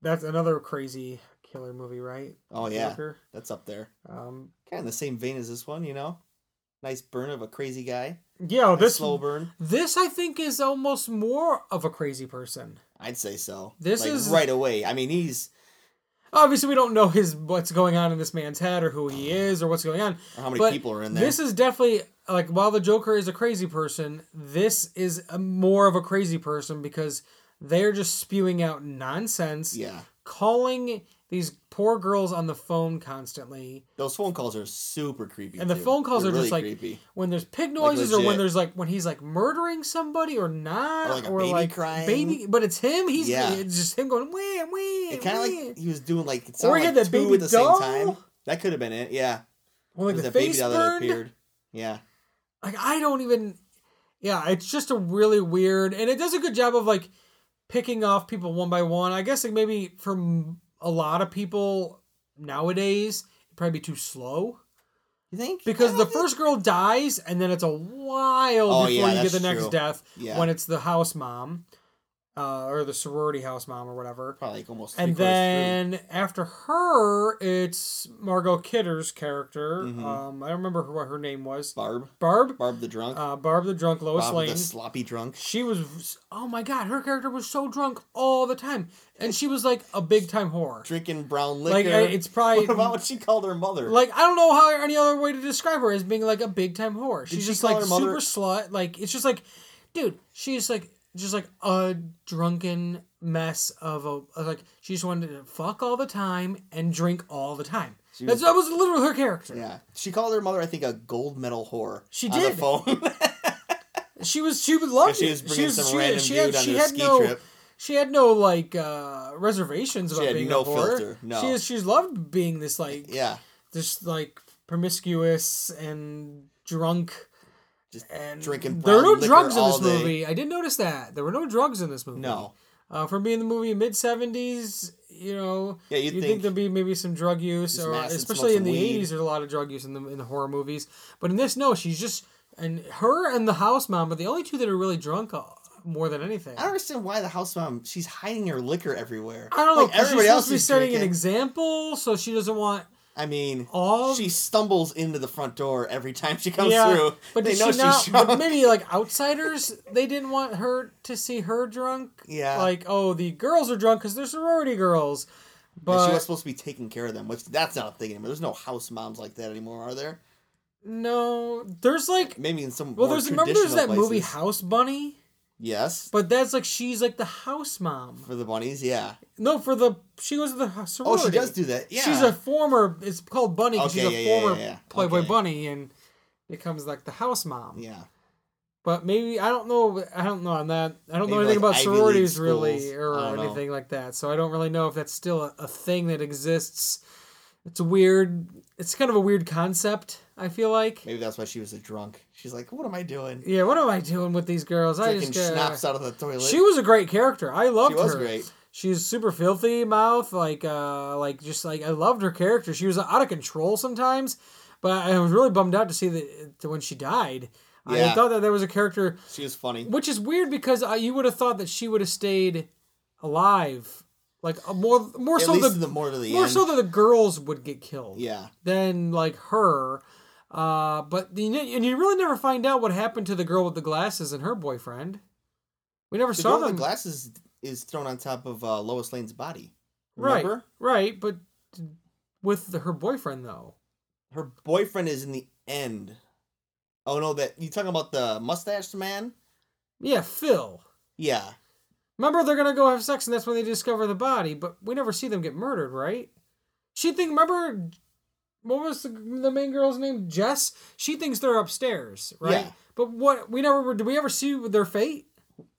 Speaker 1: that's another crazy killer movie, right?
Speaker 2: Oh, yeah.
Speaker 1: Joker?
Speaker 2: That's up there.
Speaker 1: Um,
Speaker 2: Kind of in the same vein as this one, you know. Nice burn of a crazy guy.
Speaker 1: yeah.
Speaker 2: Nice
Speaker 1: this
Speaker 2: slow burn.
Speaker 1: this I think is almost more of a crazy person.
Speaker 2: I'd say so.
Speaker 1: This
Speaker 2: Like,
Speaker 1: is-
Speaker 2: right away. I mean, he's
Speaker 1: Obviously, we don't know his what's going on in this man's head or who he is or what's going on.
Speaker 2: how many
Speaker 1: But
Speaker 2: people are in there?
Speaker 1: This is definitely like while the Joker is a crazy person, this is a, more of a crazy person because they're just spewing out nonsense,
Speaker 2: yeah.
Speaker 1: calling these poor girls on the phone constantly,
Speaker 2: Those phone calls are super creepy.
Speaker 1: and the
Speaker 2: too.
Speaker 1: phone calls
Speaker 2: They're
Speaker 1: are just
Speaker 2: really
Speaker 1: like
Speaker 2: creepy.
Speaker 1: when there's pig noises or when
Speaker 2: legit.
Speaker 1: there's like when he's like murdering somebody or not
Speaker 2: Or, like, a
Speaker 1: or
Speaker 2: baby
Speaker 1: like
Speaker 2: crying.
Speaker 1: baby, but it's him. He's
Speaker 2: Yeah.
Speaker 1: it's just him going wham wham.
Speaker 2: It kind of
Speaker 1: wham."
Speaker 2: like he was doing like it
Speaker 1: Or
Speaker 2: or
Speaker 1: he had
Speaker 2: like
Speaker 1: that
Speaker 2: two
Speaker 1: baby
Speaker 2: at the
Speaker 1: doll.
Speaker 2: same time. That could have been it. Yeah,
Speaker 1: Well, like
Speaker 2: There's
Speaker 1: the
Speaker 2: a baby
Speaker 1: face
Speaker 2: doll that
Speaker 1: burned.
Speaker 2: appeared. Yeah,
Speaker 1: like I don't even yeah, it's just a really weird and it does a good job of like picking off people one by one. I guess like maybe for m- a lot of people nowadays it'd probably be too slow
Speaker 2: you think
Speaker 1: because
Speaker 2: I
Speaker 1: the
Speaker 2: don't
Speaker 1: first girl dies and then it's a while
Speaker 2: Oh,
Speaker 1: before
Speaker 2: yeah,
Speaker 1: you get the
Speaker 2: that's
Speaker 1: next
Speaker 2: true.
Speaker 1: death
Speaker 2: Yeah.
Speaker 1: when it's the house mom uh, or the sorority house mom or whatever.
Speaker 2: think- probably like almost
Speaker 1: And then
Speaker 2: three-quarters
Speaker 1: after her, it's Margot Kidder's character.
Speaker 2: Mhm.
Speaker 1: Um, I don't remember who- what her name was.
Speaker 2: through. Barb,
Speaker 1: Barb.
Speaker 2: Barb the drunk,
Speaker 1: Uh, Barb the drunk, Lois
Speaker 2: Barb
Speaker 1: Lane
Speaker 2: the sloppy drunk.
Speaker 1: she was oh my god her character was so drunk all the time and she was like a big time whore
Speaker 2: drinking brown liquor.
Speaker 1: like I- it's probably
Speaker 2: what about what she called her mother?
Speaker 1: like i don't know how any other way to describe her as being like a big time whore she's
Speaker 2: she
Speaker 1: just
Speaker 2: call
Speaker 1: like
Speaker 2: her
Speaker 1: super
Speaker 2: mother-
Speaker 1: slut like it's just like dude she's like just like a drunken mess of a like she just wanted to fuck all the time and drink all the time That's,
Speaker 2: was-
Speaker 1: that was literally her character
Speaker 2: yeah, she called her mother. I think a gold medal whore.
Speaker 1: She
Speaker 2: on
Speaker 1: did.
Speaker 2: the phone.
Speaker 1: She was she would love it.
Speaker 2: she was bringing
Speaker 1: was-
Speaker 2: some
Speaker 1: had-
Speaker 2: random dude on their ski
Speaker 1: no,
Speaker 2: trip.
Speaker 1: She had no like uh, reservations about
Speaker 2: had
Speaker 1: being
Speaker 2: no
Speaker 1: a whore.
Speaker 2: filter, no.
Speaker 1: She is she's loved being this like
Speaker 2: yeah,
Speaker 1: this like promiscuous and drunk
Speaker 2: Just
Speaker 1: and
Speaker 2: drinking
Speaker 1: There were
Speaker 2: brown
Speaker 1: no
Speaker 2: liquor
Speaker 1: drugs in
Speaker 2: all
Speaker 1: this
Speaker 2: day.
Speaker 1: movie. I didn't notice that. There were no drugs in this movie.
Speaker 2: no,
Speaker 1: Uh, for being the movie mid seventies, you know,
Speaker 2: Yeah, you'd
Speaker 1: you'd
Speaker 2: think-
Speaker 1: there'd be maybe some drug use,
Speaker 2: Just
Speaker 1: or
Speaker 2: mass and
Speaker 1: especially
Speaker 2: smoke
Speaker 1: in
Speaker 2: some
Speaker 1: the
Speaker 2: weed.
Speaker 1: eighties, there's a lot of drug use in the in the horror movies. But in this, no, she's just and her and the house mom are the only two that are really drunk uh, more than anything.
Speaker 2: I don't understand why the house mom. She's hiding her liquor everywhere.
Speaker 1: I don't know.
Speaker 2: Like,
Speaker 1: 'cause she's supposed to be
Speaker 2: is
Speaker 1: setting an
Speaker 2: drinking.
Speaker 1: example, so she doesn't want.
Speaker 2: I mean,
Speaker 1: All-
Speaker 2: she stumbles into the front door every time she comes
Speaker 1: yeah,
Speaker 2: through.
Speaker 1: but
Speaker 2: they
Speaker 1: did
Speaker 2: know
Speaker 1: she not?
Speaker 2: she's drunk.
Speaker 1: But maybe like outsiders, they didn't want her to see her drunk.
Speaker 2: Yeah.
Speaker 1: like oh, the girls are drunk because they're sorority girls. But
Speaker 2: she was supposed to be taking care of them, which that's not a thing anymore. There's no house moms like that anymore, are there?
Speaker 1: no, there's like
Speaker 2: Maybe in some
Speaker 1: Well,
Speaker 2: more
Speaker 1: there's remember there's that
Speaker 2: traditional
Speaker 1: movie
Speaker 2: places.
Speaker 1: House Bunny,
Speaker 2: Yes,
Speaker 1: but that's like she's like the house mom.
Speaker 2: for the bunnies, yeah.
Speaker 1: No, for the she goes to the ho-
Speaker 2: Oh,
Speaker 1: sorority.
Speaker 2: she does do that. Yeah,
Speaker 1: She's a former. It's called Bunny because
Speaker 2: Okay,
Speaker 1: she's a
Speaker 2: yeah, yeah,
Speaker 1: former
Speaker 2: yeah, yeah.
Speaker 1: Playboy
Speaker 2: Okay.
Speaker 1: Bunny and becomes like the house mom.
Speaker 2: yeah.
Speaker 1: But maybe I don't know. I don't know on that. I don't know
Speaker 2: Maybe,
Speaker 1: anything
Speaker 2: like,
Speaker 1: about
Speaker 2: Ivy League
Speaker 1: sororities really
Speaker 2: schools.
Speaker 1: or
Speaker 2: I don't know.
Speaker 1: anything like that. So I don't really know if that's still a, a thing that exists. It's a weird. It's kind of a weird concept. I feel like.
Speaker 2: Maybe that's why she was a drunk. She's like, "What am I doing?
Speaker 1: Yeah, what am I doing with these girls? I
Speaker 2: Drinking
Speaker 1: just gotta-
Speaker 2: schnapps out of the toilet."
Speaker 1: She was a great character. I loved
Speaker 2: She
Speaker 1: her.
Speaker 2: was great.
Speaker 1: She's super filthy mouth, like uh, like just like I loved her character. She was out of control sometimes, but I was really bummed out to see that that when she died. I
Speaker 2: Yeah.
Speaker 1: thought that there was a character,
Speaker 2: She was funny.
Speaker 1: which is weird because I, you would have thought that she would have stayed alive, like uh, more more
Speaker 2: At
Speaker 1: so
Speaker 2: least
Speaker 1: the,
Speaker 2: the more to the
Speaker 1: more
Speaker 2: end.
Speaker 1: so that the girls would get killed
Speaker 2: yeah.
Speaker 1: than like her. Uh, but the, and you really never find out what happened to the girl with the glasses and her boyfriend. We never
Speaker 2: The
Speaker 1: saw
Speaker 2: girl with
Speaker 1: them.
Speaker 2: the glasses is thrown on top of uh, Lois Lane's body.
Speaker 1: right,
Speaker 2: Remember?
Speaker 1: right, but with the, her boyfriend though.
Speaker 2: Her boyfriend is in the end. Oh no, that you talking about the mustached man?
Speaker 1: Yeah, Phil.
Speaker 2: Yeah.
Speaker 1: Remember, they're gonna go have sex, and that's when they discover the body. But we never see them get murdered, right? She think. Remember, what was the, the main girl's name? Jess. She thinks they're upstairs, right?
Speaker 2: Yeah.
Speaker 1: But what we never do. We ever see their fate?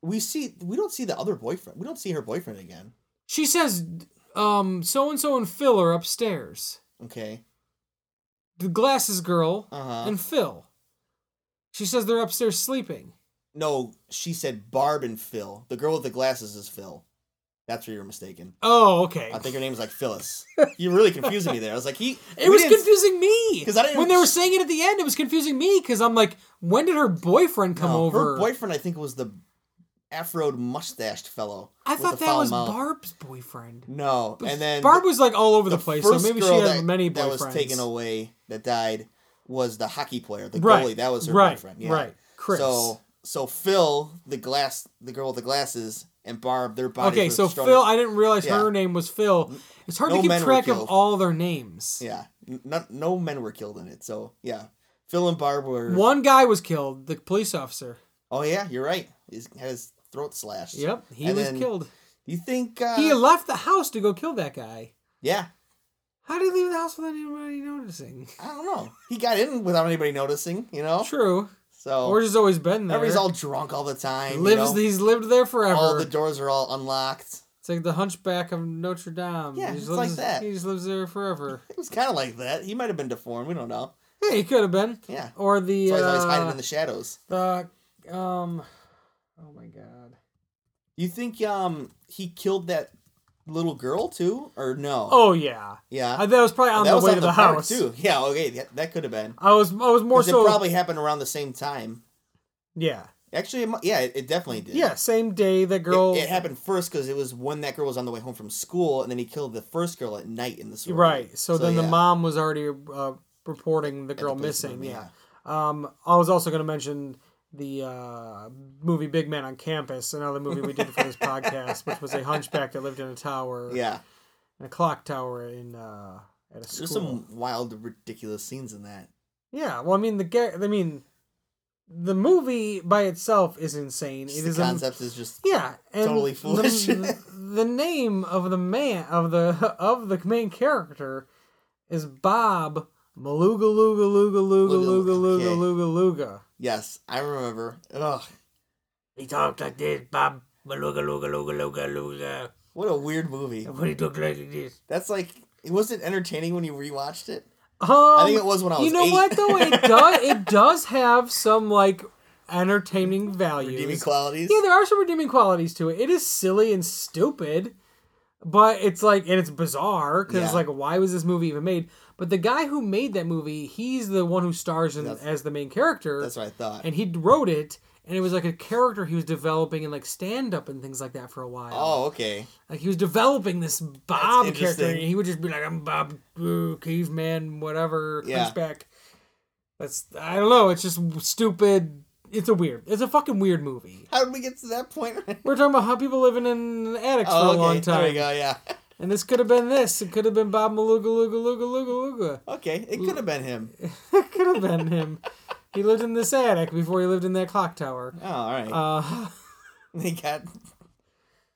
Speaker 2: We see we don't see the other boyfriend. We don't see her boyfriend again.
Speaker 1: She says, "Um, so and so and Phil are upstairs.
Speaker 2: Okay.
Speaker 1: The glasses girl
Speaker 2: Uh-huh.
Speaker 1: and Phil." She says they're upstairs sleeping.
Speaker 2: No, she said Barb and Phil. The girl with the glasses is Phil. That's where you're mistaken.
Speaker 1: Oh, okay.
Speaker 2: I think her name's like Phyllis. You really confusing me there. I was like, he.
Speaker 1: It was confusing me
Speaker 2: 'Cause I didn't-
Speaker 1: when they were saying it at the end. It was confusing me because I'm like, when did her boyfriend come over?
Speaker 2: Her boyfriend, I think, was the afroed mustached fellow.
Speaker 1: I
Speaker 2: with the
Speaker 1: thought that
Speaker 2: foul
Speaker 1: was
Speaker 2: mouth.
Speaker 1: Barb's boyfriend.
Speaker 2: No, and then
Speaker 1: Barb was like all over the, place, so
Speaker 2: first
Speaker 1: maybe she
Speaker 2: girl
Speaker 1: had
Speaker 2: that-
Speaker 1: many boyfriends.
Speaker 2: That was taken away. That died was the hockey player, the
Speaker 1: Right,
Speaker 2: goalie. That was her
Speaker 1: right,
Speaker 2: boyfriend. Yeah.
Speaker 1: right. Chris.
Speaker 2: So so Phil, the glass, the girl with the glasses, and Barb, their bodies.
Speaker 1: okay,
Speaker 2: were
Speaker 1: so
Speaker 2: thrown-
Speaker 1: Phil, I didn't realize
Speaker 2: Yeah. Mm,
Speaker 1: her name was Phil. It's hard
Speaker 2: No
Speaker 1: to keep
Speaker 2: men were
Speaker 1: track of
Speaker 2: killed.
Speaker 1: all their names.
Speaker 2: Yeah, n- not, no men were killed in it. So yeah, Phil and Barb were.
Speaker 1: One guy was killed, the police officer.
Speaker 2: Oh yeah, you're right. He's had his throat slashed.
Speaker 1: Yep, he
Speaker 2: And
Speaker 1: was
Speaker 2: then
Speaker 1: killed.
Speaker 2: You think? Uh,
Speaker 1: He left the house to go kill that guy.
Speaker 2: yeah,
Speaker 1: How did he leave the house without anybody noticing?
Speaker 2: I don't know. He got in without anybody noticing. You know.
Speaker 1: True.
Speaker 2: So
Speaker 1: Or just always been there.
Speaker 2: everybody's all drunk all the time.
Speaker 1: lives.
Speaker 2: you know?
Speaker 1: He's lived there forever.
Speaker 2: all the doors are all unlocked.
Speaker 1: it's like the Hunchback of Notre Dame.
Speaker 2: Yeah,
Speaker 1: he just
Speaker 2: it's
Speaker 1: lives,
Speaker 2: like that.
Speaker 1: He just lives there forever.
Speaker 2: It was kind of like that. He might have been deformed. We don't know.
Speaker 1: Yeah, he could have been.
Speaker 2: Yeah.
Speaker 1: Or the
Speaker 2: So he's always
Speaker 1: uh,
Speaker 2: hiding in the shadows.
Speaker 1: the um oh my god
Speaker 2: You think um he killed that little girl too, or no?
Speaker 1: oh yeah
Speaker 2: yeah.
Speaker 1: I, that was probably on
Speaker 2: that
Speaker 1: the
Speaker 2: was
Speaker 1: way
Speaker 2: at
Speaker 1: to the,
Speaker 2: park,
Speaker 1: house
Speaker 2: too. Yeah. Okay. That, that could have been.
Speaker 1: i was i was more
Speaker 2: 'Cause
Speaker 1: so
Speaker 2: it probably happened around the same time.
Speaker 1: yeah
Speaker 2: Actually, it, mu- yeah, it, it definitely did.
Speaker 1: yeah same day that
Speaker 2: It-
Speaker 1: girl
Speaker 2: It, happened first because it was when that girl was on the way home from school, and then he killed the first girl at night in the store.
Speaker 1: right so, then the
Speaker 2: yeah,
Speaker 1: mom was already uh, reporting the
Speaker 2: at the
Speaker 1: girl
Speaker 2: police
Speaker 1: missing
Speaker 2: department,
Speaker 1: yeah. um i was also going to mention the uh, movie Big Man on Campus, another movie we did for this podcast, which was a hunchback that lived in a tower,
Speaker 2: Yeah.
Speaker 1: in a clock tower in uh, at a school.
Speaker 2: There's some wild, ridiculous scenes in that.
Speaker 1: Yeah, well, I mean the ga- I mean, the movie by itself is insane.
Speaker 2: Just
Speaker 1: it is
Speaker 2: the
Speaker 1: a-
Speaker 2: concept is just
Speaker 1: yeah, and
Speaker 2: Totally
Speaker 1: the-
Speaker 2: foolish.
Speaker 1: The, the name of the man of the of the main character is Bob Maluga Luga Luga Luga Luga Luga
Speaker 2: okay.
Speaker 1: Luga Luga.
Speaker 2: yes, I remember. Ugh,
Speaker 4: He talked like this, Bob. Maluga, luga, luga, luga, luga.
Speaker 2: what a weird movie.
Speaker 4: When he talked like this.
Speaker 2: That's like it wasn't entertaining when you rewatched it.
Speaker 1: Um,
Speaker 2: think it was when I was
Speaker 1: You know
Speaker 2: eight.
Speaker 1: what though? It does it does have some like entertaining values.
Speaker 2: Redeeming qualities.
Speaker 1: Yeah, there are some redeeming qualities to it. It is silly and stupid, but it's like, and it's bizarre because it's
Speaker 2: Yeah.
Speaker 1: like, why was this movie even made? But the guy who made that movie, he's the one who stars in,
Speaker 2: That's-
Speaker 1: as the main character,
Speaker 2: That's what I thought.
Speaker 1: and he wrote it. And it was like a character he was developing in like stand up and things like that for a while.
Speaker 2: oh, okay.
Speaker 1: Like he was developing this Bob character,
Speaker 2: interesting.
Speaker 1: and he would just be like, "I'm Bob, uh, caveman, whatever,
Speaker 2: Yeah.
Speaker 1: hunchback." That's I don't know. It's just stupid. It's a weird. It's a fucking weird movie.
Speaker 2: How did we get to that point?
Speaker 1: We're talking about how people living in attics
Speaker 2: oh,
Speaker 1: for a
Speaker 2: okay.
Speaker 1: long
Speaker 2: There
Speaker 1: time.
Speaker 2: we go. Yeah.
Speaker 1: And this could have been this. It could have been Bob Maluga Luga Luga Luga Luga.
Speaker 2: Okay, it could have been him.
Speaker 1: It could have been him. He lived in this attic before he lived in that clock tower.
Speaker 2: Oh, all right.
Speaker 1: Uh,
Speaker 2: they got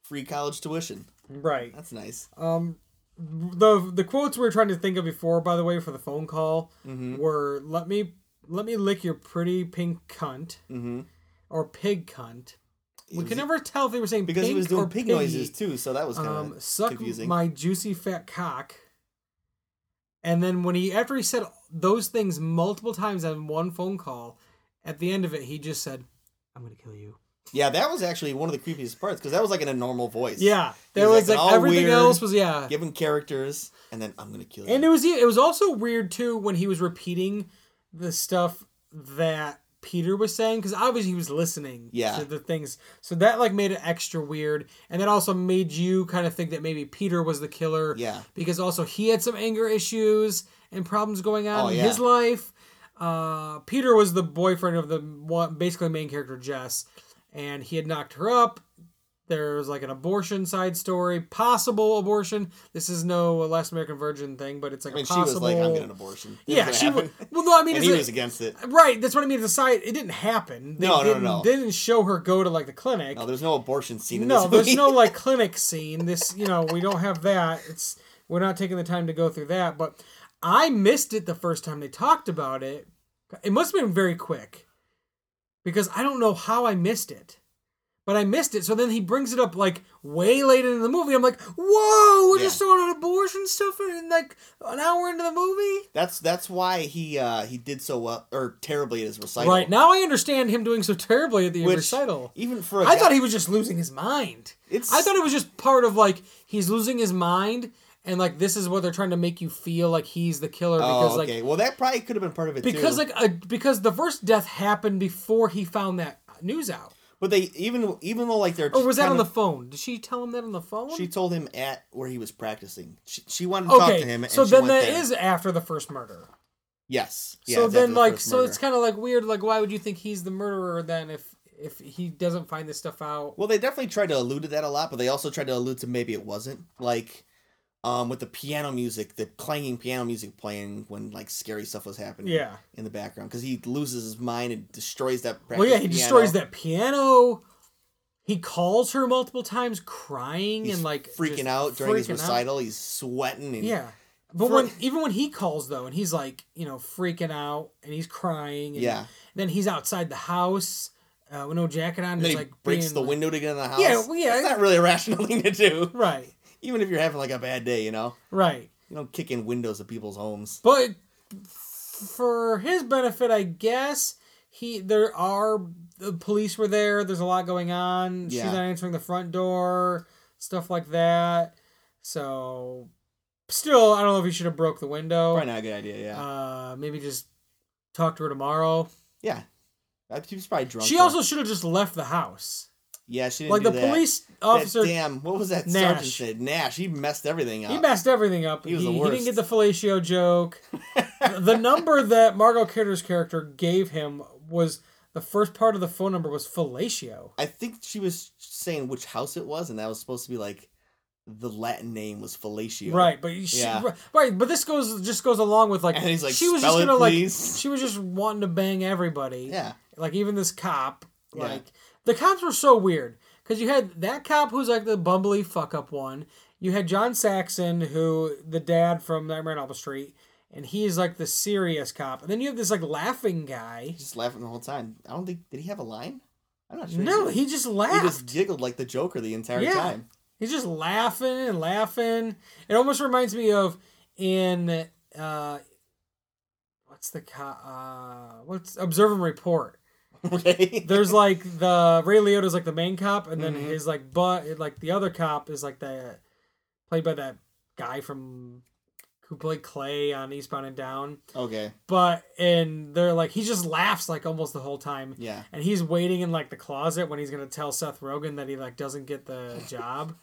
Speaker 2: free college tuition.
Speaker 1: right.
Speaker 2: That's nice.
Speaker 1: Um, the the quotes we were trying to think of before, by the way, for the phone call
Speaker 2: Mm-hmm.
Speaker 1: were "Let me let me lick your pretty pink cunt"
Speaker 2: Mm-hmm.
Speaker 1: or "pig cunt." We
Speaker 2: was-
Speaker 1: could never tell if they were saying
Speaker 2: Because he
Speaker 1: pink
Speaker 2: was
Speaker 1: or
Speaker 2: doing pig
Speaker 1: piggy.
Speaker 2: noises too, so that was kind of
Speaker 1: um, suck
Speaker 2: confusing.
Speaker 1: my juicy fat cock. And then when he after he said those things multiple times on one phone call, at the end of it he just said, "I'm gonna kill you."
Speaker 2: Yeah, that was actually one of the creepiest parts because that was like in a normal voice.
Speaker 1: Yeah, there
Speaker 2: He's
Speaker 1: was
Speaker 2: like
Speaker 1: like,
Speaker 2: all
Speaker 1: everything
Speaker 2: weird,
Speaker 1: else was yeah,
Speaker 2: Given characters, and then I'm gonna kill you.
Speaker 1: and it was it was also weird too when he was repeating the stuff that Peter was saying because obviously he was listening
Speaker 2: Yeah.
Speaker 1: to the things. So that like made it extra weird, and that also made you kind of think that maybe Peter was the killer.
Speaker 2: Yeah.
Speaker 1: because also he had some anger issues and problems going on
Speaker 2: Oh,
Speaker 1: in
Speaker 2: yeah.
Speaker 1: his life. Uh, Peter was the boyfriend of the one, basically main character Jess, and he had knocked her up. There's like an abortion side story, possible abortion. This is no Last American Virgin thing, but it's like
Speaker 2: I mean,
Speaker 1: a possible.
Speaker 2: she was like, "I'm getting an abortion." It was
Speaker 1: yeah,
Speaker 2: gonna
Speaker 1: she was.
Speaker 2: happen.
Speaker 1: Well, no, I mean,
Speaker 2: and
Speaker 1: it's
Speaker 2: he
Speaker 1: like-
Speaker 2: was against it.
Speaker 1: right. That's what I mean. The side, it didn't happen. They
Speaker 2: No, no,
Speaker 1: didn't,
Speaker 2: no.
Speaker 1: They didn't show her go to like the clinic.
Speaker 2: No, there's no abortion scene. In
Speaker 1: No,
Speaker 2: this
Speaker 1: there's
Speaker 2: movie.
Speaker 1: no like clinic scene. This, you know, we don't have that. It's we're not taking the time to go through that. But I missed it the first time they talked about it. It must have been very quick because I don't know how I missed it, but I missed it. So then he brings it up like way late in the movie. I'm like, whoa, we're just
Speaker 2: Yeah.
Speaker 1: throwing out abortion stuff in like an hour into the movie.
Speaker 2: That's that's why he uh he did so well or terribly at his recital.
Speaker 1: Right now, I understand him doing so terribly at the
Speaker 2: which,
Speaker 1: recital.
Speaker 2: Even for a
Speaker 1: I
Speaker 2: guy-
Speaker 1: thought he was just losing his mind.
Speaker 2: It's-
Speaker 1: I thought it was just part of like he's losing his mind and like this is what they're trying to make you feel like he's the killer because
Speaker 2: Oh, okay.
Speaker 1: like
Speaker 2: well, that probably could have been part of it
Speaker 1: because
Speaker 2: too.
Speaker 1: like a, because the first death happened before he found that news out.
Speaker 2: but they even even though like they're
Speaker 1: Or Oh, was that
Speaker 2: kind
Speaker 1: on the
Speaker 2: of-
Speaker 1: phone? Did she tell him that on the phone?
Speaker 2: She told him at where he was practicing. She, she wanted to talk
Speaker 1: okay.
Speaker 2: to him. And
Speaker 1: so
Speaker 2: she
Speaker 1: then
Speaker 2: went
Speaker 1: that
Speaker 2: there.
Speaker 1: is after the first murder.
Speaker 2: yes. Yeah,
Speaker 1: so
Speaker 2: it's after
Speaker 1: then
Speaker 2: the
Speaker 1: like
Speaker 2: first
Speaker 1: so
Speaker 2: murder.
Speaker 1: it's kind of like weird like why would you think he's the murderer then if if he doesn't find this stuff out?
Speaker 2: Well, they definitely tried to allude to that a lot, but they also tried to allude to maybe it wasn't like, um, with the piano music, the clanging piano music playing when like scary stuff was happening.
Speaker 1: Yeah.
Speaker 2: In the background, because he loses his mind and destroys that.
Speaker 1: Well, yeah, he
Speaker 2: practice
Speaker 1: destroys
Speaker 2: piano.
Speaker 1: that piano. He calls her multiple times, crying
Speaker 2: He's
Speaker 1: and like
Speaker 2: freaking
Speaker 1: just
Speaker 2: out during his
Speaker 1: freaking out.
Speaker 2: recital. He's sweating. And,
Speaker 1: Yeah, but
Speaker 2: For-
Speaker 1: when even when he calls though, and he's like you know freaking out and he's crying. And
Speaker 2: Yeah.
Speaker 1: Then he's outside the house uh, with no jacket on.
Speaker 2: And
Speaker 1: It's
Speaker 2: then he
Speaker 1: like
Speaker 2: breaks
Speaker 1: being,
Speaker 2: the
Speaker 1: like-
Speaker 2: window to get in the house.
Speaker 1: Yeah, well, yeah.
Speaker 2: That's not really a rational thing to do,
Speaker 1: Right.
Speaker 2: even if you're having like a bad day. You know,
Speaker 1: Right.
Speaker 2: you don't kick in windows at people's homes.
Speaker 1: But for his benefit, I guess he there are the police were there. There's a lot going on.
Speaker 2: Yeah.
Speaker 1: She's not answering the front door, stuff like that. So, still, I don't know if he should have broke the window.
Speaker 2: Probably not a good idea. Yeah.
Speaker 1: Uh, maybe just talk to her tomorrow.
Speaker 2: yeah. I- He was probably drunk.
Speaker 1: She
Speaker 2: though.
Speaker 1: also should have just left the house.
Speaker 2: yeah she didn't
Speaker 1: Like
Speaker 2: do
Speaker 1: the
Speaker 2: that.
Speaker 1: police
Speaker 2: That
Speaker 1: officer,
Speaker 2: damn, what was that sergeant
Speaker 1: Nash.
Speaker 2: said? Nash. He messed everything up.
Speaker 1: he messed everything up.
Speaker 2: He was the
Speaker 1: didn't
Speaker 2: worst.
Speaker 1: get the fellatio joke. the number that Margot Kidder's character gave him was the first part of the phone number was fellatio.
Speaker 2: I think she was saying which house it was, and that was supposed to be like the Latin name was Fellatio.
Speaker 1: Right, but she,
Speaker 2: Yeah.
Speaker 1: right, but this goes just goes along with like,
Speaker 2: And he's like,
Speaker 1: she was just
Speaker 2: "Spell it,
Speaker 1: gonna like
Speaker 2: please."
Speaker 1: she was just wanting to bang everybody.
Speaker 2: Yeah.
Speaker 1: like even this cop.
Speaker 2: Yeah.
Speaker 1: Like the cops were so weird because you had that cop who's like the bumbly fuck up one. You had John Saxon, who the dad from Nightmare on Elm Street, and he's like the serious cop. And then you have this like laughing guy.
Speaker 2: Just laughing the whole time. I don't think did he have a line? I'm not sure.
Speaker 1: No,
Speaker 2: did.
Speaker 1: he just
Speaker 2: he
Speaker 1: laughed.
Speaker 2: just giggled like the Joker the entire
Speaker 1: Yeah.
Speaker 2: time.
Speaker 1: He's just laughing and laughing. It almost reminds me of in uh, what's the co- uh, what's Observe and Report.
Speaker 2: okay.
Speaker 1: There's like the Ray Liotta's like the main cop, and then his like but like the other cop is like the played by that guy from who played Clay on Eastbound and Down.
Speaker 2: okay.
Speaker 1: But and they're like he just laughs like almost the whole time.
Speaker 2: Yeah.
Speaker 1: And he's waiting in like the closet when he's gonna tell Seth Rogen that he like doesn't get the job.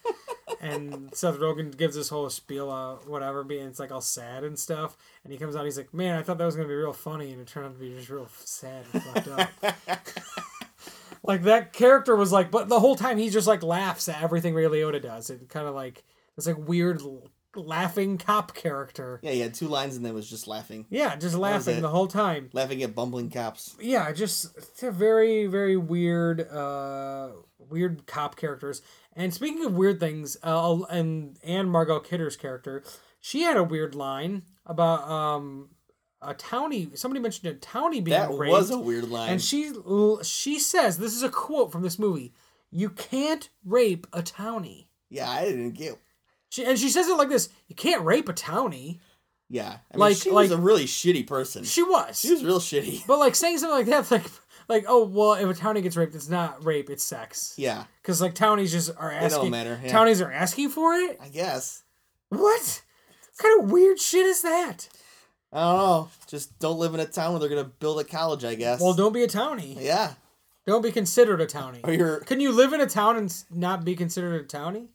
Speaker 1: and Seth Rogen gives this whole spiel uh whatever being it's like all sad and stuff. And he comes out he's like, Man, I thought that was gonna be real funny and it turned out to be just real f- sad and fucked up. like that character was like but the whole time he just like laughs at everything Ray Liotta does. It kinda like it's like weird l- laughing cop character.
Speaker 2: Yeah, he had two lines and then was just laughing.
Speaker 1: Yeah, just
Speaker 2: was
Speaker 1: laughing
Speaker 2: it.
Speaker 1: the whole time.
Speaker 2: Laughing at bumbling cops.
Speaker 1: Yeah, just it's a very, very weird, uh, weird cop characters. And speaking of weird things, uh, and and Margot Kidder's character, she had a weird line about um a townie. Somebody mentioned a townie being
Speaker 2: That
Speaker 1: raped,
Speaker 2: was a weird line.
Speaker 1: and she l- she says this is a quote from this movie: "You can't rape a townie."
Speaker 2: yeah, I didn't get
Speaker 1: She, and she says it like this: "You can't rape a townie."
Speaker 2: yeah. I mean
Speaker 1: Like-
Speaker 2: she was
Speaker 1: like-
Speaker 2: a really shitty person.
Speaker 1: She was.
Speaker 2: she was real shitty.
Speaker 1: But like saying something like that, like like oh well, if a townie gets raped, it's not rape, it's sex.
Speaker 2: Yeah.
Speaker 1: Because like townies just are asking.
Speaker 2: don't matter, yeah.
Speaker 1: Townies are asking for it.
Speaker 2: I guess.
Speaker 1: What? kind of weird shit is that?
Speaker 2: I don't know. Just don't live in a town where they're gonna build a college. I guess.
Speaker 1: Well, don't be a townie.
Speaker 2: yeah.
Speaker 1: Don't be considered a townie.
Speaker 2: Or you're.
Speaker 1: Can you live in a town and s- not be considered a townie?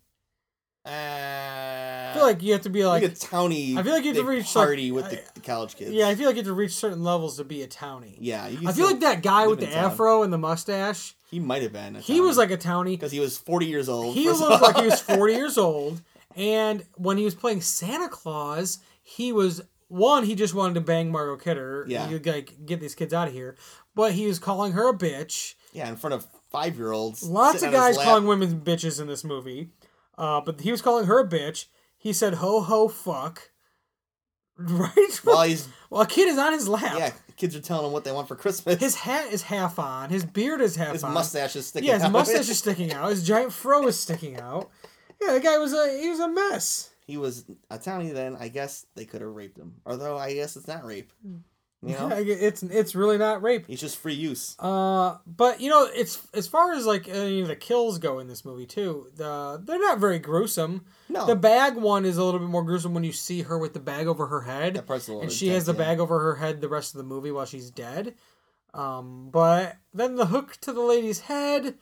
Speaker 2: Uh,
Speaker 1: I feel like you have to be
Speaker 2: like
Speaker 1: like
Speaker 2: a townie.
Speaker 1: I feel like you have to
Speaker 2: big
Speaker 1: reach, like,
Speaker 2: party with the,
Speaker 1: I-
Speaker 2: the college kids.
Speaker 1: yeah. I feel like you have to reach certain levels to be a townie.
Speaker 2: Yeah. You can
Speaker 1: I feel
Speaker 2: still-
Speaker 1: like that guy
Speaker 2: live
Speaker 1: with
Speaker 2: in
Speaker 1: the
Speaker 2: town.
Speaker 1: afro and the mustache.
Speaker 2: He might have been.
Speaker 1: He was like a townie.
Speaker 2: because he was forty years old.
Speaker 1: He
Speaker 2: first of
Speaker 1: looked
Speaker 2: all.
Speaker 1: like he was 40 years old. And when he was playing Santa Claus, he was one, he just wanted to bang Margot Kidder.
Speaker 2: Yeah.
Speaker 1: You, like, get these kids out of here. But he was calling her a bitch.
Speaker 2: Yeah, in front of five year olds.
Speaker 1: Lots of guys calling women bitches in this movie. Uh, but he was calling her a bitch. He said, ho, ho, fuck. Right?
Speaker 2: While he's
Speaker 1: well, a kid is on his lap.
Speaker 2: yeah, kids are telling him what they want for Christmas. His,
Speaker 1: His hat is half on. His beard is half on.
Speaker 2: mustache is sticking.
Speaker 1: Yeah, his
Speaker 2: out.
Speaker 1: mustache is sticking out. His giant fro is sticking out. Yeah, the guy was a he was a mess.
Speaker 2: He was a townie then. I guess they could have raped him. Although I guess it's not rape.
Speaker 1: Hmm.
Speaker 2: You know,
Speaker 1: Yeah, it's it's really not rape.
Speaker 2: it's just free use.
Speaker 1: Uh, but you know, it's as far as like any of the kills go in this movie too. The they're not very gruesome.
Speaker 2: No.
Speaker 1: The bag one is a little bit more gruesome when you see her with the bag over her head,
Speaker 2: That part's a little
Speaker 1: and she has
Speaker 2: intense,
Speaker 1: the
Speaker 2: yeah.
Speaker 1: bag over her head the rest of the movie while she's dead. Um, but then the hook to the lady's head,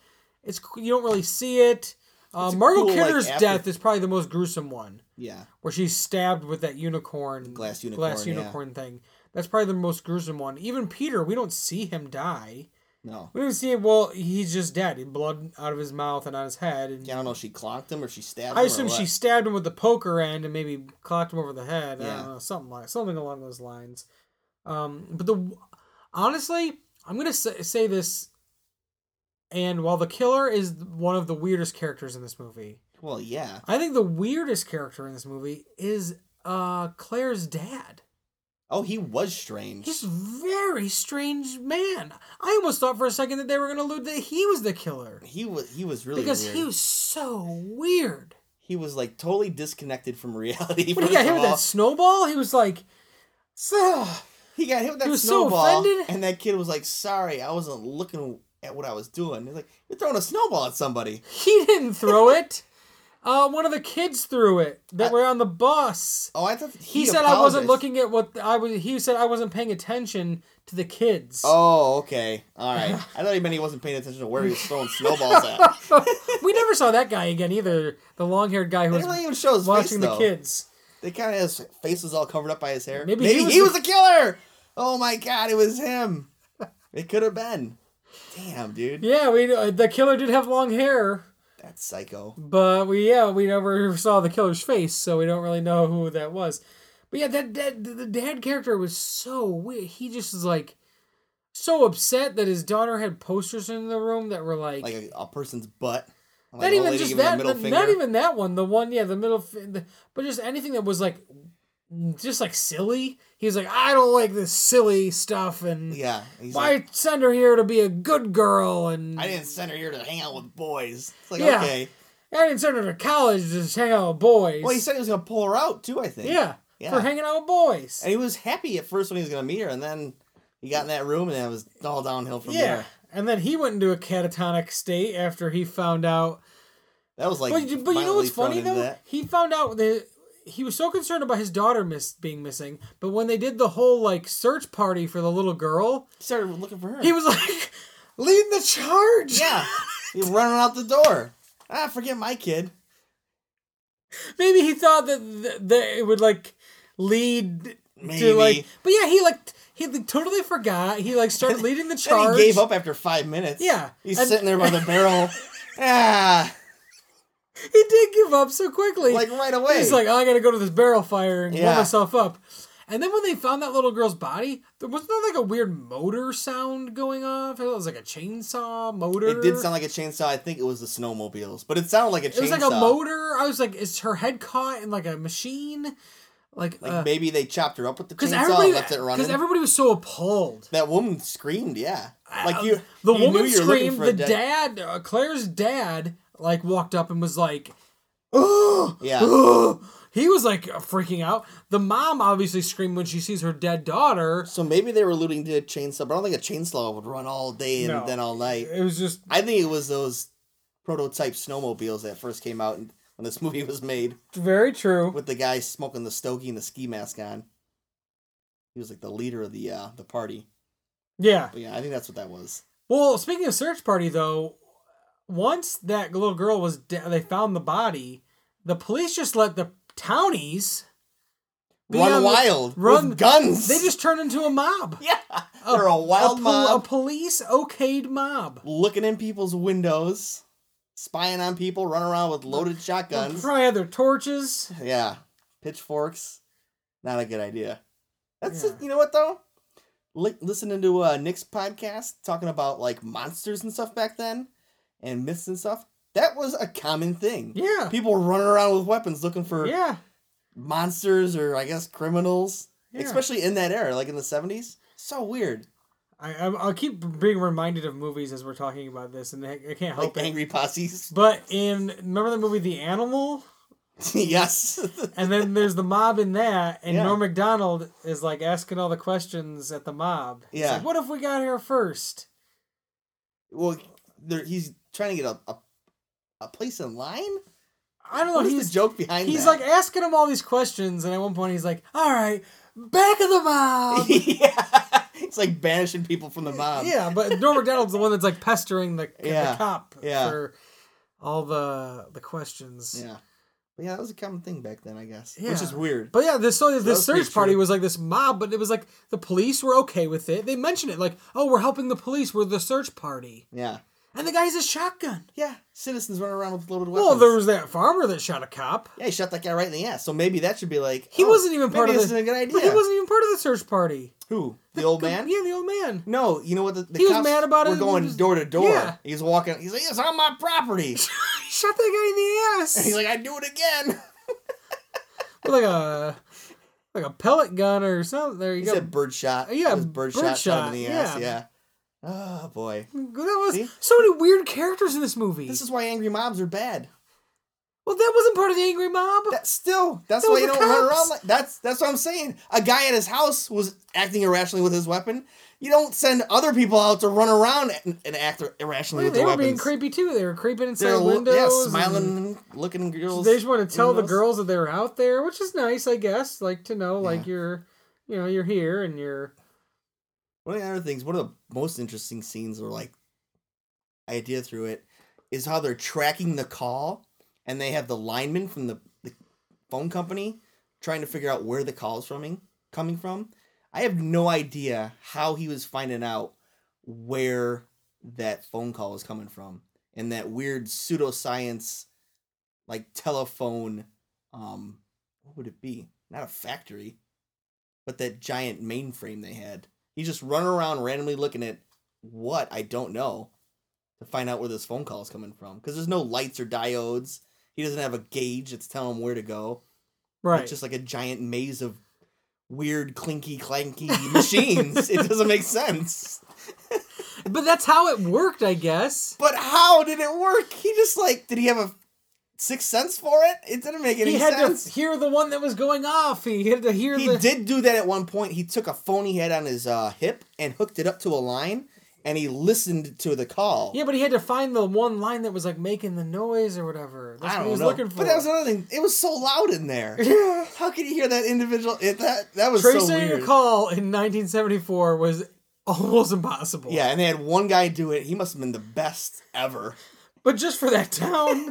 Speaker 1: it's c- you don't really see it. Uh,
Speaker 2: It's a
Speaker 1: Margot
Speaker 2: cool, like,
Speaker 1: Kidder's
Speaker 2: after-
Speaker 1: death is probably the most gruesome one.
Speaker 2: Yeah,
Speaker 1: where she's stabbed with that unicorn glass
Speaker 2: Glass unicorn, yeah.
Speaker 1: unicorn thing. That's probably the most gruesome one. Even Peter, we don't see him die.
Speaker 2: no.
Speaker 1: We don't see him. Well, he's just dead. Blood out of his mouth and on his head. And
Speaker 2: Yeah, I don't know if she clocked him or she stabbed
Speaker 1: I
Speaker 2: him. or
Speaker 1: assume
Speaker 2: what.
Speaker 1: she stabbed him with the poker end and maybe clocked him over the head. I
Speaker 2: Yeah.
Speaker 1: don't know, something like something along those lines. Um, but the honestly, I'm gonna say, say this. And while the killer is one of the weirdest characters in this movie,
Speaker 2: Well, yeah.
Speaker 1: I think the weirdest character in this movie is uh Claire's dad.
Speaker 2: Oh, he was strange.
Speaker 1: He's a very strange man. I almost thought for a second that they were gonna allude that he was the killer.
Speaker 2: He was he was really
Speaker 1: because
Speaker 2: weird.
Speaker 1: he was so weird.
Speaker 2: He was like totally disconnected from reality.
Speaker 1: When he
Speaker 2: first
Speaker 1: got hit
Speaker 2: of
Speaker 1: with
Speaker 2: all.
Speaker 1: that snowball, he was like so
Speaker 2: He got hit with that
Speaker 1: He was so
Speaker 2: snowball,
Speaker 1: offended.
Speaker 2: and that kid was like, "Sorry, I wasn't looking at what I was doing." He's like, "You're throwing a snowball at somebody."
Speaker 1: he didn't throw it. Uh, one of the kids threw it that
Speaker 2: I-
Speaker 1: were on the bus.
Speaker 2: Oh, I thought he,
Speaker 1: He, said I wasn't
Speaker 2: apologized.
Speaker 1: looking at what I was. He said I wasn't paying attention to the kids.
Speaker 2: Oh, okay, all right. I thought he meant he wasn't paying attention to where he was throwing snowballs at.
Speaker 1: we never saw that guy again either. The long-haired guy who
Speaker 2: They
Speaker 1: was
Speaker 2: don't even show his
Speaker 1: watching
Speaker 2: face
Speaker 1: the
Speaker 2: though.
Speaker 1: kids.
Speaker 2: They kind of his face was all covered up by his hair.
Speaker 1: Maybe
Speaker 2: Maybe,
Speaker 1: he
Speaker 2: he,
Speaker 1: was
Speaker 2: was,
Speaker 1: the-
Speaker 2: a killer. Oh my god, it was him. It could have been. Damn, dude,
Speaker 1: Yeah, we uh, the killer did have long hair,
Speaker 2: that's psycho.
Speaker 1: but we yeah we never saw the killer's face, so we don't really know who that was. But yeah, that that the dad character was so weird. He just was like so upset that his daughter had posters in the room that were like,
Speaker 2: Like a, a person's butt.
Speaker 1: not
Speaker 2: Like an old
Speaker 1: even
Speaker 2: lady
Speaker 1: just
Speaker 2: giving a
Speaker 1: that,
Speaker 2: middle
Speaker 1: the-
Speaker 2: finger.
Speaker 1: not even that one. The one yeah, the middle, fi- the, but just anything that was like just like silly. He was like, I don't like this silly stuff, and
Speaker 2: Yeah. He's
Speaker 1: why
Speaker 2: like,
Speaker 1: send her here to be a good girl? And
Speaker 2: I didn't send her here to hang out with boys. It's like,
Speaker 1: Yeah.
Speaker 2: okay.
Speaker 1: I didn't send her to college to just hang out with boys.
Speaker 2: Well, he said he was going to pull her out, too, I think.
Speaker 1: yeah,
Speaker 2: Yeah.
Speaker 1: for hanging out with boys.
Speaker 2: And he was happy at first when he was going to meet her, and then he got in that room, and it was all downhill from
Speaker 1: yeah,
Speaker 2: there.
Speaker 1: and then he went into a catatonic state after he found out.
Speaker 2: That was like.
Speaker 1: But, you- but you know
Speaker 2: violently
Speaker 1: what's
Speaker 2: thrown
Speaker 1: funny
Speaker 2: into
Speaker 1: though?
Speaker 2: that.
Speaker 1: He found out that he was so concerned about his daughter miss being missing, but when they did the whole like search party for the little girl,
Speaker 2: He started looking for her.
Speaker 1: he was like, "Lead the charge!"
Speaker 2: Yeah. he was running out the door. Ah, forget my kid.
Speaker 1: Maybe he thought that th- that it would like lead to
Speaker 2: Maybe.
Speaker 1: like, but yeah, he like t- he like, totally forgot. He like started leading the charge.
Speaker 2: And he gave up after five minutes.
Speaker 1: Yeah.
Speaker 2: He's
Speaker 1: And-
Speaker 2: sitting there by the barrel. ah.
Speaker 1: He did give up so quickly.
Speaker 2: Like right away.
Speaker 1: He's like, I gotta go to this barrel fire and warm
Speaker 2: Yeah.
Speaker 1: myself up. And then when they found that little girl's body, there wasn't there like a weird motor sound going off. It was like a chainsaw motor.
Speaker 2: It did sound like a chainsaw. I think it was the snowmobiles, but it sounded like a chainsaw.
Speaker 1: It was like a motor. I was like, is her head caught in like a machine? Like,
Speaker 2: Like maybe they chopped her up with the
Speaker 1: because
Speaker 2: chainsaw
Speaker 1: everybody,
Speaker 2: and left it running.
Speaker 1: because everybody was so appalled.
Speaker 2: that woman screamed, yeah. Like
Speaker 1: Uh,
Speaker 2: you,
Speaker 1: the
Speaker 2: you knew
Speaker 1: woman
Speaker 2: you were looking
Speaker 1: screamed.
Speaker 2: for a
Speaker 1: The
Speaker 2: dead-
Speaker 1: dad, uh, Claire's dad, like walked up and was like,
Speaker 2: Yeah,
Speaker 1: he was like freaking out. The mom obviously screamed when she sees her dead daughter.
Speaker 2: so maybe they were alluding to a chainsaw, but I don't think a chainsaw would run all day and
Speaker 1: No.
Speaker 2: then all night.
Speaker 1: It was just
Speaker 2: I think it was those prototype snowmobiles that first came out and- when this movie was made,
Speaker 1: very true.
Speaker 2: with the guy smoking the stogie and the ski mask on. He was like the leader of the uh the party.
Speaker 1: Yeah.
Speaker 2: But yeah, I think that's what that was.
Speaker 1: Well, speaking of search party though, once that little girl was de- they found the body, the police just let the townies be
Speaker 2: Run
Speaker 1: on the-
Speaker 2: wild,
Speaker 1: run-
Speaker 2: with guns.
Speaker 1: They just turned into a mob.
Speaker 2: yeah, they're a wild
Speaker 1: pol-
Speaker 2: mob.
Speaker 1: A police okayed mob.
Speaker 2: looking in people's windows, spying on people, running around with loaded shotguns.
Speaker 1: Probably had their torches.
Speaker 2: Yeah, pitchforks. Not a good idea. That's
Speaker 1: Yeah.
Speaker 2: you know what though. Li- listening to uh, Nick's podcast talking about like monsters and stuff back then, and myths and stuff. That was a common thing.
Speaker 1: Yeah.
Speaker 2: People were running around with weapons looking for
Speaker 1: Yeah.
Speaker 2: monsters or I guess criminals,
Speaker 1: Yeah.
Speaker 2: especially in that era, like in the seventies. So weird.
Speaker 1: I, I I'll keep being reminded of movies as we're talking about this, and I, I can't help
Speaker 2: Like
Speaker 1: it.
Speaker 2: angry posses.
Speaker 1: But in remember the movie The Animal,
Speaker 2: yes.
Speaker 1: and then there's the mob in that, and
Speaker 2: Yeah.
Speaker 1: Norm Macdonald is like asking all the questions at the mob. He's
Speaker 2: Yeah.
Speaker 1: like, what if we got here first?
Speaker 2: well, there, he's trying to get a, a a place in line.
Speaker 1: I don't know.
Speaker 2: What is
Speaker 1: he's
Speaker 2: the joke behind?
Speaker 1: he's
Speaker 2: that?
Speaker 1: like asking him all these questions, and at one point he's like, "All right, back of the mob."
Speaker 2: yeah. It's like banishing people from the mob.
Speaker 1: yeah, but Norm Macdonald's the one that's like pestering the,
Speaker 2: Yeah,
Speaker 1: the cop
Speaker 2: yeah.
Speaker 1: for all the the questions.
Speaker 2: Yeah. But yeah, that was a common thing back then, I guess.
Speaker 1: Yeah.
Speaker 2: Which is weird.
Speaker 1: But yeah, this so this
Speaker 2: that's pretty
Speaker 1: search party
Speaker 2: true.
Speaker 1: was like this mob, but it was like the police were okay with it. They mentioned it like, "Oh, we're helping the police. We're the search party."
Speaker 2: yeah.
Speaker 1: And the guy has a shotgun.
Speaker 2: Yeah. Citizens running around with loaded weapons.
Speaker 1: Well, there was that farmer that shot a cop.
Speaker 2: Yeah, he shot that guy right in the ass. So maybe that should be like
Speaker 1: He
Speaker 2: oh,
Speaker 1: wasn't even part
Speaker 2: maybe
Speaker 1: of
Speaker 2: this
Speaker 1: the.
Speaker 2: isn't a good idea.
Speaker 1: But he wasn't even part of the search party.
Speaker 2: Who? The, old man?
Speaker 1: Yeah, the old man.
Speaker 2: No, you know what? The, the
Speaker 1: He was
Speaker 2: cops
Speaker 1: mad about it
Speaker 2: were
Speaker 1: and
Speaker 2: going
Speaker 1: just-
Speaker 2: door to door.
Speaker 1: Yeah.
Speaker 2: He's walking. He's like, "It's on my property."
Speaker 1: He shot that guy in the ass.
Speaker 2: And he's like, "I do it again."
Speaker 1: with like a like a pellet gun or something. There
Speaker 2: He
Speaker 1: you go.
Speaker 2: said bird shot.
Speaker 1: Yeah,
Speaker 2: It was
Speaker 1: bird
Speaker 2: bird, shot, shot
Speaker 1: shot,
Speaker 2: in the ass.
Speaker 1: yeah.
Speaker 2: Yeah. Oh boy.
Speaker 1: that was
Speaker 2: See?
Speaker 1: so many weird characters in this movie.
Speaker 2: This is why angry mobs are bad.
Speaker 1: well, that wasn't part of the angry mob.
Speaker 2: That still, that's
Speaker 1: Those
Speaker 2: why you
Speaker 1: are
Speaker 2: don't run
Speaker 1: cops.
Speaker 2: around like that's that's what I'm saying. A guy at his house was acting irrationally with his weapon. You don't send other people out to run around and, and act irrationally
Speaker 1: they
Speaker 2: with their
Speaker 1: were
Speaker 2: weapons.
Speaker 1: being creepy too. They were creeping inside
Speaker 2: They're lo-
Speaker 1: windows.
Speaker 2: yeah,
Speaker 1: and-
Speaker 2: smiling, looking girls.
Speaker 1: They just want to tell the
Speaker 2: windows.
Speaker 1: girls that they're out there, which is nice, I guess. Like to know, like you're, you know, you're here and you're.
Speaker 2: One of the other things, one of the most interesting scenes or like idea through it is how they're tracking the call and they have the lineman from the, the phone company trying to figure out where the call is coming coming from. I have no idea how he was finding out where that phone call was coming from and that weird pseudoscience like telephone um what would it be? Not a factory, but that giant mainframe they had. He's just running around randomly looking at what I don't know to find out where this phone call is coming from because there's no lights or diodes. He doesn't have a gauge that's telling him where to go.
Speaker 1: Right.
Speaker 2: It's just like a giant maze of weird clinky clanky machines. it doesn't make sense.
Speaker 1: but that's how it worked, I guess.
Speaker 2: But how did it work? He just like did he have a sixth sense for it? It didn't make any
Speaker 1: He had
Speaker 2: sense.
Speaker 1: to hear the one that was going off. He had to hear
Speaker 2: he
Speaker 1: the.
Speaker 2: did do that at one point. He took a phone he had on his uh, hip and hooked it up to a line, and he listened to the call.
Speaker 1: Yeah, but he had to find the one line that was like making the noise or whatever. That's what
Speaker 2: I don't
Speaker 1: he was
Speaker 2: know.
Speaker 1: looking for.
Speaker 2: But that was another thing. It was so loud in there.
Speaker 1: Yeah.
Speaker 2: How could you hear that individual? It, that that was
Speaker 1: Tracing
Speaker 2: so weird.
Speaker 1: a call in 1974 was almost impossible.
Speaker 2: Yeah, and they had one guy do it. He must have been the best ever
Speaker 1: But just for that town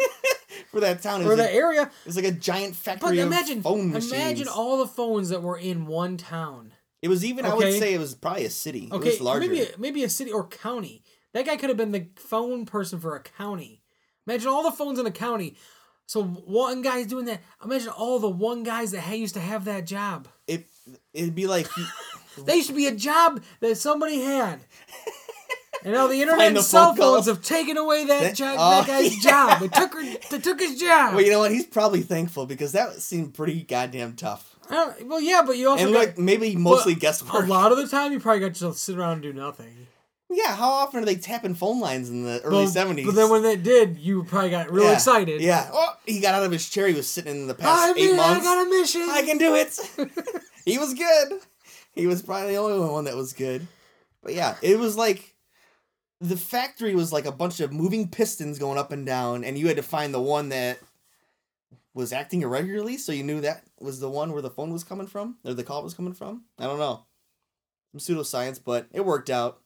Speaker 2: for that town. It
Speaker 1: or
Speaker 2: was,
Speaker 1: that
Speaker 2: like,
Speaker 1: area.
Speaker 2: it was like a giant factory
Speaker 1: But
Speaker 2: of
Speaker 1: imagine,
Speaker 2: phone machines.
Speaker 1: imagine all the phones that were in one town.
Speaker 2: It was even. I would
Speaker 1: Okay.
Speaker 2: say it was probably a city.
Speaker 1: Okay,
Speaker 2: it was larger.
Speaker 1: maybe maybe a city or county. That guy could have been the phone person for a county. Imagine all the phones in a county. So one guy's doing that. Imagine all the one guys that ha- used to have that job.
Speaker 2: It it'd be like you
Speaker 1: That used to be a job that somebody had. And now the internet
Speaker 2: Find the
Speaker 1: and cell
Speaker 2: phone
Speaker 1: phones
Speaker 2: calls.
Speaker 1: have taken away that,
Speaker 2: That-
Speaker 1: job,
Speaker 2: oh,
Speaker 1: that guy's job. They took her, they took his job.
Speaker 2: well, you know what? He's probably thankful because that seemed pretty goddamn tough.
Speaker 1: I don't- well, yeah, but you also
Speaker 2: And
Speaker 1: got-
Speaker 2: like maybe mostly
Speaker 1: but
Speaker 2: guesswork.
Speaker 1: A lot of the time, you probably got to sit around and do nothing.
Speaker 2: Yeah, how often are they tapping phone lines in the early
Speaker 1: Well,
Speaker 2: seventies?
Speaker 1: But then when they did, you probably got really
Speaker 2: yeah.
Speaker 1: excited.
Speaker 2: Yeah. Oh, he got out of his chair. He was sitting in the past
Speaker 1: I
Speaker 2: eight
Speaker 1: mean, I
Speaker 2: months.
Speaker 1: got a mission.
Speaker 2: I can do it. he was good. He was probably the only one that was good. But yeah, it was like the factory was like a bunch of moving pistons going up and down, and you had to find the one that was acting irregularly, so you knew that was the one where the phone was coming from or the call was coming from. I don't know. some pseudoscience, but it worked out.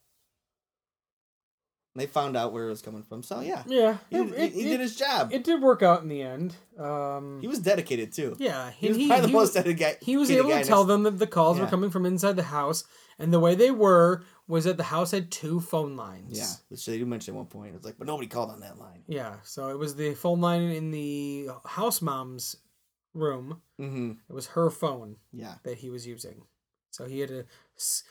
Speaker 2: And They found out where it was coming from. So yeah,
Speaker 1: Yeah,
Speaker 2: he,
Speaker 1: it,
Speaker 2: he- he
Speaker 1: it-
Speaker 2: did his job.
Speaker 1: it did work out in the end. Um,
Speaker 2: he was dedicated too.
Speaker 1: yeah,
Speaker 2: He was probably the most dedicated guy.
Speaker 1: he was
Speaker 2: dedicated
Speaker 1: able
Speaker 2: guy
Speaker 1: to
Speaker 2: next-
Speaker 1: tell them that the calls were
Speaker 2: Yeah.
Speaker 1: coming from inside the house, and the way they were was that the house had two phone lines.
Speaker 2: Yeah, which they do mention at one point. It's like, but nobody called on that line.
Speaker 1: Yeah, so it was the phone line in the house mom's room.
Speaker 2: Mm-hmm.
Speaker 1: It was her phone
Speaker 2: Yeah,
Speaker 1: that he was using. So he had to s-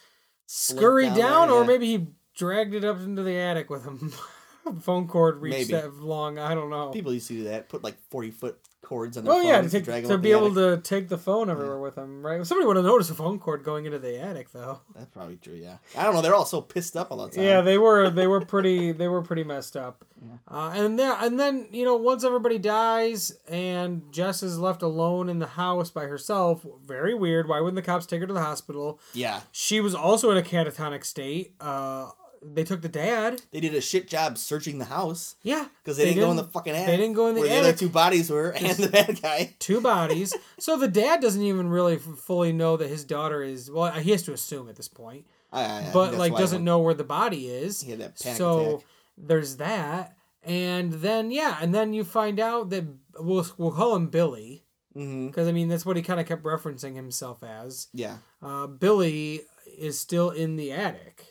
Speaker 2: Slid
Speaker 1: scurry down,
Speaker 2: down there,
Speaker 1: or
Speaker 2: yeah.
Speaker 1: maybe he dragged it up into the attic with him. phone cord reached
Speaker 2: Maybe.
Speaker 1: that long. I don't know.
Speaker 2: people used to do that. Put like forty foot cords on their
Speaker 1: Oh yeah, to,
Speaker 2: phones and
Speaker 1: take,
Speaker 2: drag 'em
Speaker 1: to
Speaker 2: up
Speaker 1: be
Speaker 2: the
Speaker 1: able
Speaker 2: attic.
Speaker 1: to take the phone everywhere with him, right? Somebody would have noticed a phone cord going into the attic, though.
Speaker 2: That's probably true. Yeah, I don't know. They're all so pissed up all the time.
Speaker 1: Yeah, they were they were pretty they were pretty messed up. Uh, and then and then you know once everybody dies and Jess is left alone in the house by herself, very weird. Why wouldn't the cops take her to the hospital?
Speaker 2: yeah.
Speaker 1: She was also in a catatonic state. Uh, they took the dad.
Speaker 2: They did a shit job searching the house
Speaker 1: Yeah,
Speaker 2: because they, didn't go in the
Speaker 1: didn't-
Speaker 2: fucking attic.
Speaker 1: they didn't go in the
Speaker 2: where the
Speaker 1: attic.
Speaker 2: other two bodies were and the bad guy.
Speaker 1: two bodies. so the dad doesn't even really f- fully know that his daughter is. Well, he has to assume at this point.
Speaker 2: I, I- I think
Speaker 1: but
Speaker 2: that's
Speaker 1: like
Speaker 2: why I
Speaker 1: doesn't
Speaker 2: went-
Speaker 1: know where the body is.
Speaker 2: He had that panic
Speaker 1: so
Speaker 2: attack.
Speaker 1: there's that, and then yeah, and then you find out that we'll we'll call him Billy
Speaker 2: Mhm.
Speaker 1: because I mean that's what he kind of kept referencing himself as.
Speaker 2: Yeah,
Speaker 1: Uh, Billy is still in the attic,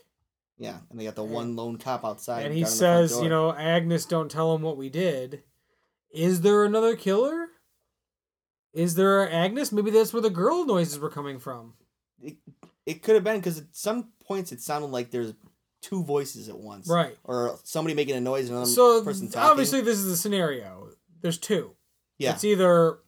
Speaker 2: yeah, and they got the one lone cop outside.
Speaker 1: and he
Speaker 2: guarding the front
Speaker 1: says,
Speaker 2: door.
Speaker 1: you know, Agnes, don't tell him what we did. Is there another killer? Is there Agnes? Maybe that's where the girl noises were coming from.
Speaker 2: it could have been because at some points it sounded like there's two voices at once,
Speaker 1: Right.
Speaker 2: Or somebody making a noise, and another
Speaker 1: So
Speaker 2: Um, person talking.
Speaker 1: obviously this is the scenario. There's two.
Speaker 2: yeah,
Speaker 1: It's either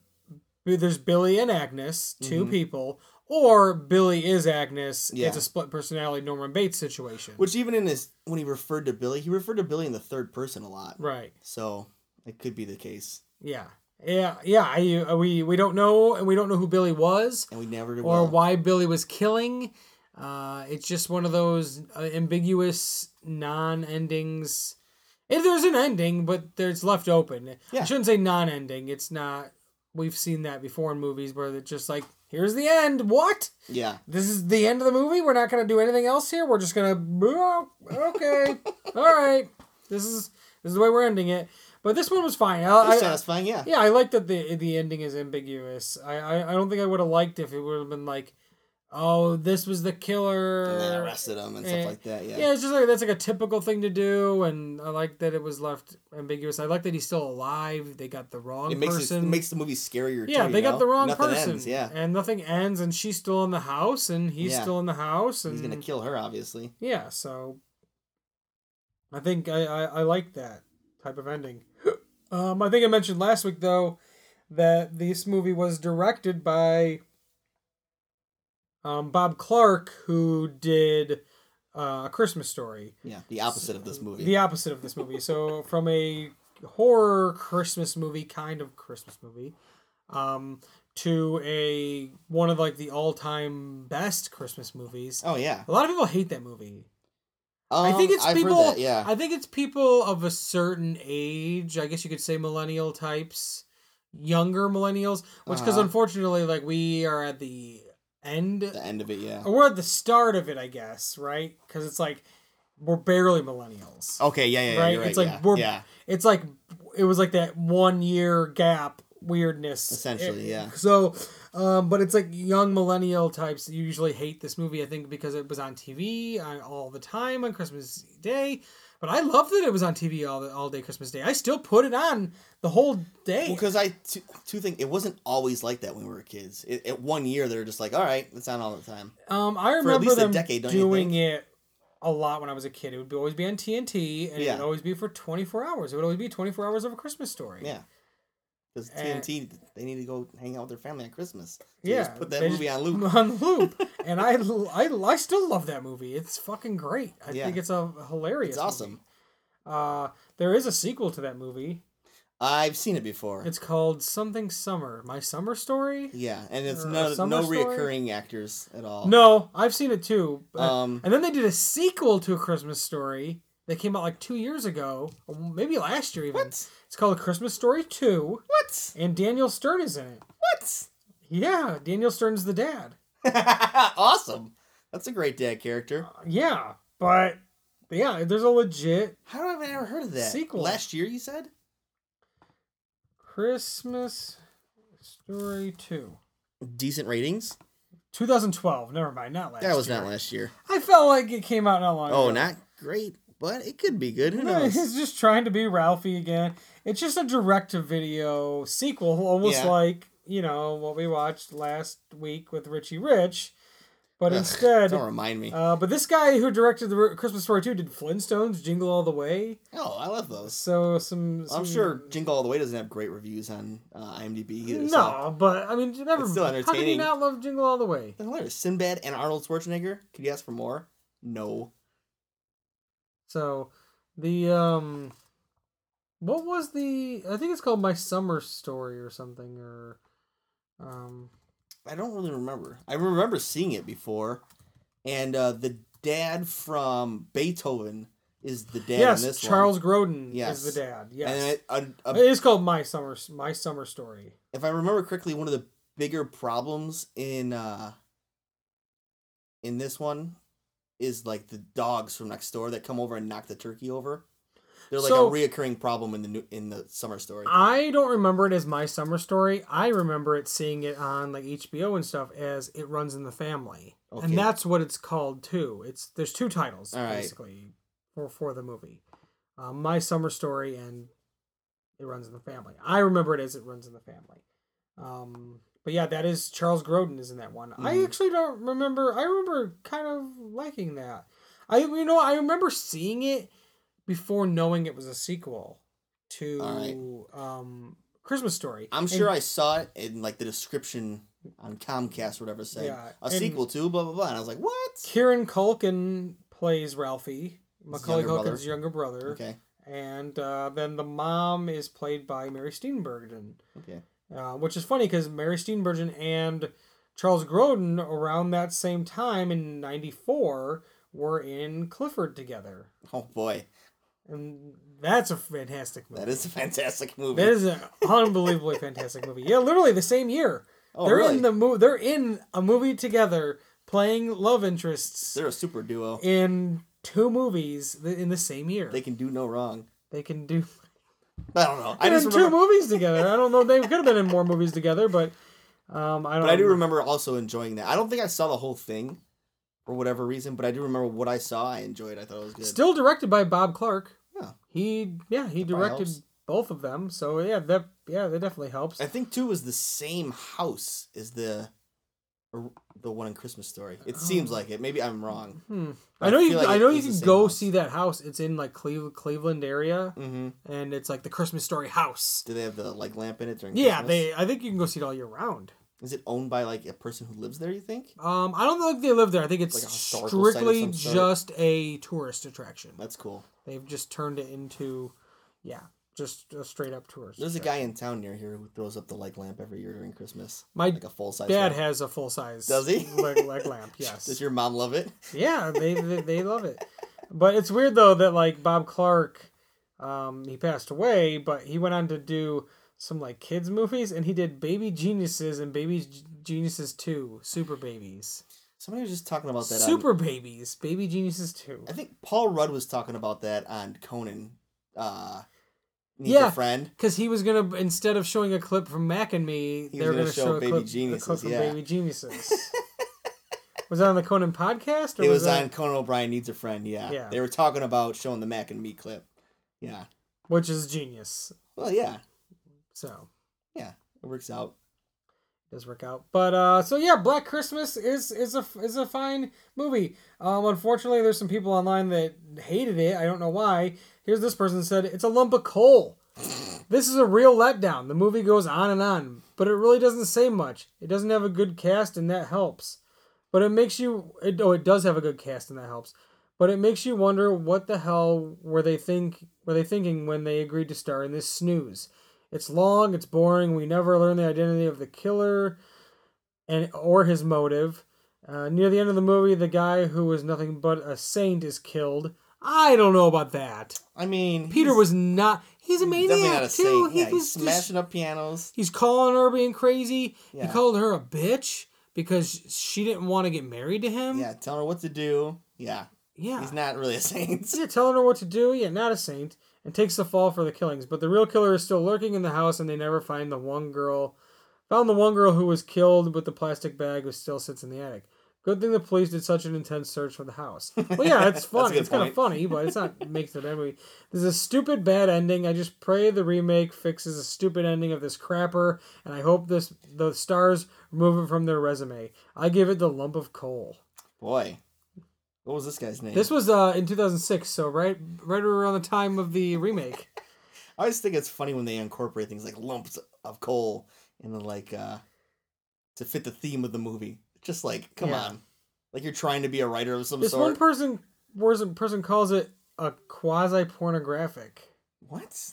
Speaker 1: there's Billy and Agnes, 2
Speaker 2: Mhm.
Speaker 1: people, or Billy is Agnes.
Speaker 2: Yeah.
Speaker 1: It's a split personality Norman Bates situation.
Speaker 2: which even in his when he referred to Billy, he referred to Billy in the third person a lot,
Speaker 1: right.
Speaker 2: so it could be the case,
Speaker 1: Yeah. Yeah. Yeah. I, uh, we we don't know, and we don't know who Billy was
Speaker 2: and we never
Speaker 1: or
Speaker 2: will.
Speaker 1: why Billy was killing. Uh, it's just one of those uh, ambiguous non-endings. If there's an ending, but there's left open. I
Speaker 2: Yeah.
Speaker 1: shouldn't say non-ending. It's not. We've seen that before in movies where they're just like, "Here's the end." What?
Speaker 2: Yeah,
Speaker 1: this is the end of the movie. We're not going to do anything else here. We're just going to okay, all right. This is this is the way we're ending it. But this one was fine. I,
Speaker 2: it was
Speaker 1: I,
Speaker 2: satisfying. Yeah,
Speaker 1: yeah, I like that the the ending is ambiguous. I I, I don't think I would have liked if it would have been like, oh, this was the killer.
Speaker 2: and then arrested him and
Speaker 1: eh,
Speaker 2: stuff like that. Yeah,
Speaker 1: Yeah, it's just like that's like a typical thing to do, and I like that it was left ambiguous. I like that he's still alive. They got the wrong
Speaker 2: it makes
Speaker 1: person.
Speaker 2: it, makes the movie scarier.
Speaker 1: Yeah,
Speaker 2: too,
Speaker 1: they
Speaker 2: you
Speaker 1: got
Speaker 2: know?
Speaker 1: the wrong
Speaker 2: Nothing
Speaker 1: person.
Speaker 2: Ends, yeah,
Speaker 1: And nothing ends, and she's still in the house, and he's
Speaker 2: Yeah.
Speaker 1: still in the house, and
Speaker 2: he's gonna kill her, obviously.
Speaker 1: yeah. So I think I I, I like that type of ending. um, I think I mentioned last week though that this movie was directed by um Bob Clark, who did uh, a Christmas Story.
Speaker 2: Yeah, the opposite of this movie.
Speaker 1: The opposite of this movie. So from a horror Christmas movie, kind of Christmas movie, um, to a one of like the all time best Christmas movies.
Speaker 2: Oh yeah,
Speaker 1: A lot of people hate that movie.
Speaker 2: um,
Speaker 1: I think it's
Speaker 2: I've heard
Speaker 1: people.
Speaker 2: that, yeah,
Speaker 1: I think it's people of a certain age. I guess you could say millennial types, younger millennials. Which, because
Speaker 2: Uh-huh.
Speaker 1: unfortunately, like we are at the end
Speaker 2: the end of it. Yeah.
Speaker 1: or we're at the start of it, I guess, right? Because it's like we're barely millennials.
Speaker 2: Okay. Yeah. Yeah. yeah,
Speaker 1: right?
Speaker 2: you're
Speaker 1: It's like
Speaker 2: yeah,
Speaker 1: we're
Speaker 2: yeah.
Speaker 1: it's like it was like that one year gap weirdness
Speaker 2: Essentially,
Speaker 1: It-
Speaker 2: yeah.
Speaker 1: So, um, but it's like young millennial types usually hate this movie. I think because it was on TV on- all the time on Christmas Day. But I love that it was on TV all the, all day Christmas Day. I still put it on the whole day.
Speaker 2: Because I two, two things. It wasn't always like that when we were kids. It, at one year, they were just like, "All right, it's on all the time."
Speaker 1: Um, I
Speaker 2: For at
Speaker 1: remember
Speaker 2: least a
Speaker 1: them
Speaker 2: decade, don't you
Speaker 1: doing it a lot when I was a kid. It would be, always be on TNT, and it
Speaker 2: Yeah.
Speaker 1: would always be for twenty four hours. It would always be twenty four hours of a Christmas story.
Speaker 2: Yeah. Because
Speaker 1: Eh.
Speaker 2: TNT, they need to go hang out with their family at Christmas. They
Speaker 1: yeah,
Speaker 2: just put that
Speaker 1: they
Speaker 2: movie
Speaker 1: just-
Speaker 2: on loop.
Speaker 1: On loop, and I, l- I, l- I still love that movie. It's fucking great. I
Speaker 2: Yeah.
Speaker 1: think it's a hilarious.
Speaker 2: It's awesome.
Speaker 1: movie. Uh, there is a sequel to that movie.
Speaker 2: I've seen it before.
Speaker 1: It's called something summer. My summer story.
Speaker 2: yeah, and it's
Speaker 1: or a
Speaker 2: no
Speaker 1: summer
Speaker 2: no
Speaker 1: story?
Speaker 2: reoccurring actors at all.
Speaker 1: No, I've seen it too. Uh,
Speaker 2: Oh. Um.
Speaker 1: and then they did a sequel to a Christmas story that came out like two years ago, or maybe last year even.
Speaker 2: What?
Speaker 1: It's called Christmas Story Two,
Speaker 2: What?
Speaker 1: and Daniel Stern is in it.
Speaker 2: What?
Speaker 1: Yeah, Daniel Stern's the dad.
Speaker 2: awesome. That's a great dad character.
Speaker 1: Uh, Yeah, but yeah, there's a legit
Speaker 2: How have I never heard of that?
Speaker 1: Sequel.
Speaker 2: Last year, you said?
Speaker 1: Christmas Story 2.
Speaker 2: Decent ratings?
Speaker 1: 2012. Never mind. Not last.
Speaker 2: that was
Speaker 1: year.
Speaker 2: not last year.
Speaker 1: I felt like it came out not long.
Speaker 2: Oh,
Speaker 1: ago.
Speaker 2: not great, but it could be good. Who
Speaker 1: No,
Speaker 2: knows?
Speaker 1: he's just trying to be Ralphie again. It's just a direct to video sequel, almost
Speaker 2: Yeah.
Speaker 1: like, you know, what we watched last week with Richie Rich. But
Speaker 2: Ugh,
Speaker 1: instead,
Speaker 2: don't remind me.
Speaker 1: uh, but this guy who directed the R- Christmas Story 2 did Flintstones, Jingle All the Way.
Speaker 2: oh, I love those.
Speaker 1: So some.
Speaker 2: I'm
Speaker 1: some-
Speaker 2: sure Jingle All the Way doesn't have great reviews on uh, IMDb either.
Speaker 1: No,
Speaker 2: so-
Speaker 1: but I mean, never.
Speaker 2: It's still
Speaker 1: How can you
Speaker 2: entertaining.
Speaker 1: not love Jingle All the Way?
Speaker 2: They're hilarious. Sinbad and Arnold Schwarzenegger. Could you ask for more? No.
Speaker 1: So the um what was the I think it's called My Summer Story or something or um
Speaker 2: I don't really remember. I remember seeing it before, and uh, the dad from Beethoven is the dad in
Speaker 1: yes,
Speaker 2: this
Speaker 1: Charles
Speaker 2: one.
Speaker 1: Groden
Speaker 2: Yes.
Speaker 1: is the dad.
Speaker 2: And um
Speaker 1: Yes.
Speaker 2: it- a- a-
Speaker 1: it is called My Summer My Summer Story.
Speaker 2: if I remember correctly, one of the bigger problems in uh, in this one is like the dogs from next door that come over and knock the turkey over. They're like
Speaker 1: So-
Speaker 2: a reoccurring problem in the new, in the summer story.
Speaker 1: I don't remember it as My Summer Story. I remember it seeing it on like HBO and stuff as It Runs in the Family.
Speaker 2: Okay.
Speaker 1: And that's what it's called too. It's there's two titles
Speaker 2: All right.
Speaker 1: basically for for the movie. Uh, My Summer Story and It Runs in the Family. I remember it as It Runs in the Family. Um but yeah, that is Charles Grodin is in that one. I
Speaker 2: Mhm.
Speaker 1: actually don't remember. I remember kind of liking that. I you know I remember seeing it before knowing it was a sequel to um Christmas Story.
Speaker 2: I'm
Speaker 1: And-
Speaker 2: sure I saw it in like the description on Comcast or whatever said
Speaker 1: Yeah,
Speaker 2: a
Speaker 1: and-
Speaker 2: sequel to blah blah blah. And I was like, what?
Speaker 1: Kieran Culkin plays Ralphie, Macaulay
Speaker 2: younger brother.
Speaker 1: Culkin's younger brother,
Speaker 2: Okay,
Speaker 1: and uh, then the mom is played by Mary Steenburgen,
Speaker 2: okay.
Speaker 1: uh, which is funny because Mary Steenburgen and Charles Grodin around that same time in '94 were in Clifford together,
Speaker 2: Oh boy,
Speaker 1: and that's a fantastic movie.
Speaker 2: that is a fantastic movie.
Speaker 1: That is an unbelievably fantastic movie. Yeah, literally the same year.
Speaker 2: oh
Speaker 1: they're
Speaker 2: really?
Speaker 1: in the mo- They're in a movie together, playing love interests
Speaker 2: They're a super duo.
Speaker 1: in two movies th- in the same year.
Speaker 2: They
Speaker 1: They,
Speaker 2: can do no wrong.
Speaker 1: can do.
Speaker 2: I don't know. I
Speaker 1: They're
Speaker 2: just
Speaker 1: in
Speaker 2: remember,
Speaker 1: two movies together. I don't know. They could have been in more movies together, but um, I don't.
Speaker 2: but I do remember also enjoying that. I don't think I saw the whole thing for whatever reason, but I do remember what I saw. I enjoyed. I thought it was good.
Speaker 1: Still directed by Bob Clark.
Speaker 2: Yeah.
Speaker 1: He yeah he
Speaker 2: probably
Speaker 1: directed
Speaker 2: helps.
Speaker 1: both of them. So yeah that yeah that definitely helps.
Speaker 2: I think two is the same house as the or the one in Christmas Story. It seems like it. Maybe I'm wrong.
Speaker 1: Hmm.
Speaker 2: I
Speaker 1: I know you.
Speaker 2: feel like
Speaker 1: I know
Speaker 2: it
Speaker 1: you
Speaker 2: is the
Speaker 1: can
Speaker 2: same
Speaker 1: go
Speaker 2: house.
Speaker 1: see that house. It's in like Cleve, Cleveland area,
Speaker 2: Mm-hmm.
Speaker 1: and it's like the Christmas Story house.
Speaker 2: Do they have the like lamp in it during?
Speaker 1: Yeah,
Speaker 2: Christmas?
Speaker 1: they. I think you can go see it all year round.
Speaker 2: Is it owned by like a person who lives there? You think?
Speaker 1: Um, I don't know if they live there. I think it's
Speaker 2: Like a historical site of
Speaker 1: strictly
Speaker 2: some sort?
Speaker 1: just a tourist attraction.
Speaker 2: That's cool.
Speaker 1: They've just turned it into, yeah, just a straight up tourist.
Speaker 2: There's a
Speaker 1: attraction.
Speaker 2: guy in town near here who throws up the like lamp every year during Christmas.
Speaker 1: My
Speaker 2: like a full size.
Speaker 1: Dad has a full size.
Speaker 2: Does he?
Speaker 1: Leg, leg lamp. Yes.
Speaker 2: Does your mom love it?
Speaker 1: yeah, they, they they love it. But it's weird though that like Bob Clark, um, he passed away, but he went on to do some like kids movies, and he did Baby Geniuses and Baby G- Geniuses Two, Super Babies,
Speaker 2: Somebody was just talking about that. on-
Speaker 1: Super Babies, Baby Geniuses Two.
Speaker 2: I think Paul Rudd was talking about that on Conan. Uh, Needs
Speaker 1: Yeah.
Speaker 2: a friend.
Speaker 1: Because he was gonna instead of showing a clip from Mac and Me,
Speaker 2: He was
Speaker 1: they were
Speaker 2: gonna
Speaker 1: gonna show,
Speaker 2: show
Speaker 1: a,
Speaker 2: Baby
Speaker 1: clip, a clip
Speaker 2: Geniuses,
Speaker 1: from
Speaker 2: yeah.
Speaker 1: Baby Geniuses. was that on the Conan podcast? Or
Speaker 2: It was
Speaker 1: that,
Speaker 2: on Conan O'Brien needs a friend. Yeah.
Speaker 1: Yeah.
Speaker 2: They were talking about showing the Mac and Me clip. Yeah.
Speaker 1: which is genius.
Speaker 2: Well, yeah,
Speaker 1: So
Speaker 2: it works out.
Speaker 1: it does work out. But uh, so yeah, Black Christmas is is a is a fine movie. Um, unfortunately, there's some people online that hated it. I don't know why. Here's this person said it's a lump of coal. This is a real letdown. The movie goes on and on, but it really doesn't say much. It doesn't have a good cast, and that helps. But it makes you. It, oh, it does have a good cast, and that helps. But it makes you wonder what the hell were they think were they thinking when they agreed to star in this snooze. It's long. It's boring. We never learn the identity of the killer, and or his motive. Uh, near the end of the movie, the guy who was nothing but a saint is killed. I don't know about that.
Speaker 2: I mean,
Speaker 1: Peter
Speaker 2: he's
Speaker 1: was not. He's a maniac
Speaker 2: definitely not a
Speaker 1: too.
Speaker 2: saint.
Speaker 1: He
Speaker 2: yeah,
Speaker 1: was
Speaker 2: he's
Speaker 1: just
Speaker 2: smashing up pianos.
Speaker 1: He's calling her being crazy. He
Speaker 2: Yeah.
Speaker 1: called her a bitch because she didn't want to get married to him.
Speaker 2: Yeah, telling her what to do.
Speaker 1: Mm.
Speaker 2: Yeah,
Speaker 1: yeah.
Speaker 2: he's not really a saint.
Speaker 1: Yeah, telling her what to do. Yeah, not a saint, and takes the fall for the killings. But the real killer is still lurking in the house, and they never find the one girl. Found the one girl who was killed with the plastic bag, who still sits in the attic. Good thing the police did such an intense search for the house. Well, yeah, it's
Speaker 2: a
Speaker 1: funny.
Speaker 2: good
Speaker 1: it's kind of
Speaker 2: point.
Speaker 1: funny, but it's not makes it a movie. There's a stupid bad ending. I just pray the remake fixes the stupid ending of this crapper, and I hope this the stars remove it from their resume. I give it the lump of coal.
Speaker 2: Boy, what was this guy's name?
Speaker 1: This was uh, in 2006, so right right around the time of the remake.
Speaker 2: I always think it's funny when they incorporate things like lumps of coal and the like uh to fit the theme of the movie. Just like, come
Speaker 1: Yeah.
Speaker 2: on. Like you're trying to be a writer of some
Speaker 1: this one
Speaker 2: sort.
Speaker 1: person person person calls it a quasi pornographic.
Speaker 2: what?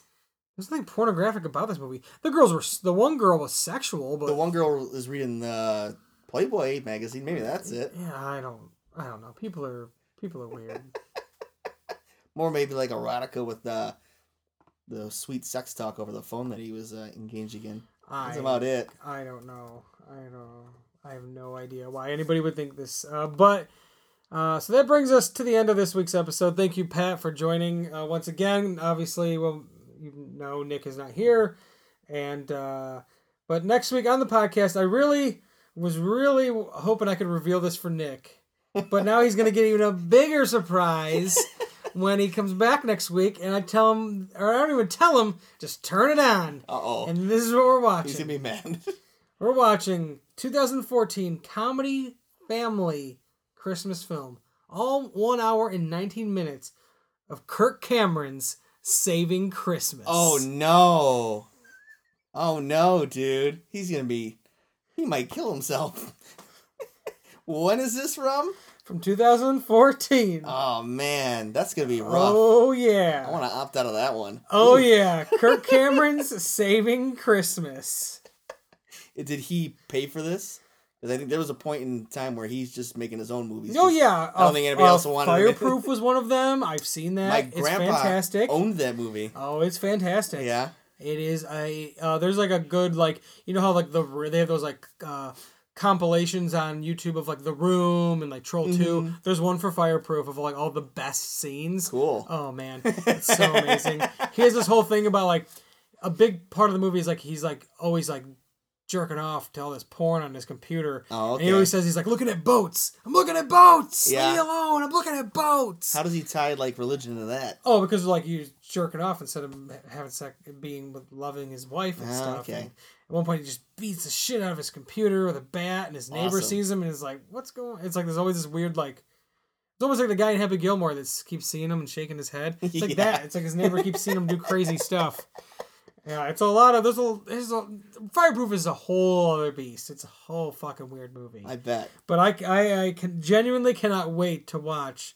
Speaker 1: There's nothing pornographic about this movie. The girls were s- the one girl was sexual, but
Speaker 2: The one girl is reading the Playboy magazine. Maybe that's it.
Speaker 1: yeah, I don't I don't know. People are people are weird.
Speaker 2: More maybe like erotica with the the sweet sex talk over the phone that he was uh, engaged in. That's
Speaker 1: I
Speaker 2: about it.
Speaker 1: I don't know. I don't. know. I have no idea why anybody would think this. Uh, but uh, so that brings us to the end of this week's episode. Thank you, Pat, for joining uh, once again. Obviously, well, you know Nick is not here, and uh, but next week on the podcast, I really was really hoping I could reveal this for Nick, but now he's going to get even a bigger surprise. When he comes back next week, and I tell him, or I don't even tell him, just turn it on,
Speaker 2: Uh oh.
Speaker 1: and this is what we're watching.
Speaker 2: He's gonna be mad.
Speaker 1: We're watching 2014 comedy family Christmas film, all one hour and 19 minutes of Kirk Cameron's Saving Christmas.
Speaker 2: oh no. Oh no, dude. He's gonna be he might kill himself. when is this from?
Speaker 1: from 2014.
Speaker 2: Oh man, that's gonna be rough.
Speaker 1: oh
Speaker 2: I
Speaker 1: yeah,
Speaker 2: want to opt out of that one.
Speaker 1: oh yeah, Kirk Cameron's Saving Christmas.
Speaker 2: Did he pay for this? Because I think there was a point in time where he's just making his own movies.
Speaker 1: Oh
Speaker 2: 'Cause
Speaker 1: yeah, Uh,
Speaker 2: I don't think anybody else wanted it.
Speaker 1: Fireproof was one of them. I've seen that.
Speaker 2: my
Speaker 1: it's
Speaker 2: grandpa
Speaker 1: fantastic.
Speaker 2: owned that movie.
Speaker 1: oh, it's fantastic.
Speaker 2: Yeah,
Speaker 1: It is a uh, there's like a good like you know how like the they have those like uh, compilations on YouTube of like The Room and like Troll
Speaker 2: Mm-hmm.
Speaker 1: Two. There's one for Fireproof of like all the best scenes.
Speaker 2: cool.
Speaker 1: Oh man, it's so amazing. He has this whole thing about like a big part of the movie is like he's like always like jerking off to all this porn on his computer.
Speaker 2: Oh,
Speaker 1: And he
Speaker 2: okay.
Speaker 1: always says he's like looking at boats. I'm looking at boats. Leave me
Speaker 2: Yeah.
Speaker 1: alone. I'm looking at boats.
Speaker 2: How does he tie like religion to that?
Speaker 1: Oh, because like you jerking off instead of having sex, being with loving his wife and
Speaker 2: Ah,
Speaker 1: stuff.
Speaker 2: okay.
Speaker 1: And at one point, he just beats the shit out of his computer with a bat, and his neighbor
Speaker 2: Awesome.
Speaker 1: sees him and is like, "What's going?" It's like there's always this weird like. It's almost like the guy in Happy Gilmore that s- keeps seeing him and shaking his head. It's like
Speaker 2: Yeah.
Speaker 1: that. It's like his neighbor keeps seeing him do crazy stuff. Yeah, it's a lot of there's a there's a Fireproof is a whole other beast. It's a whole fucking weird movie.
Speaker 2: I bet.
Speaker 1: But I, I, I can genuinely cannot wait to watch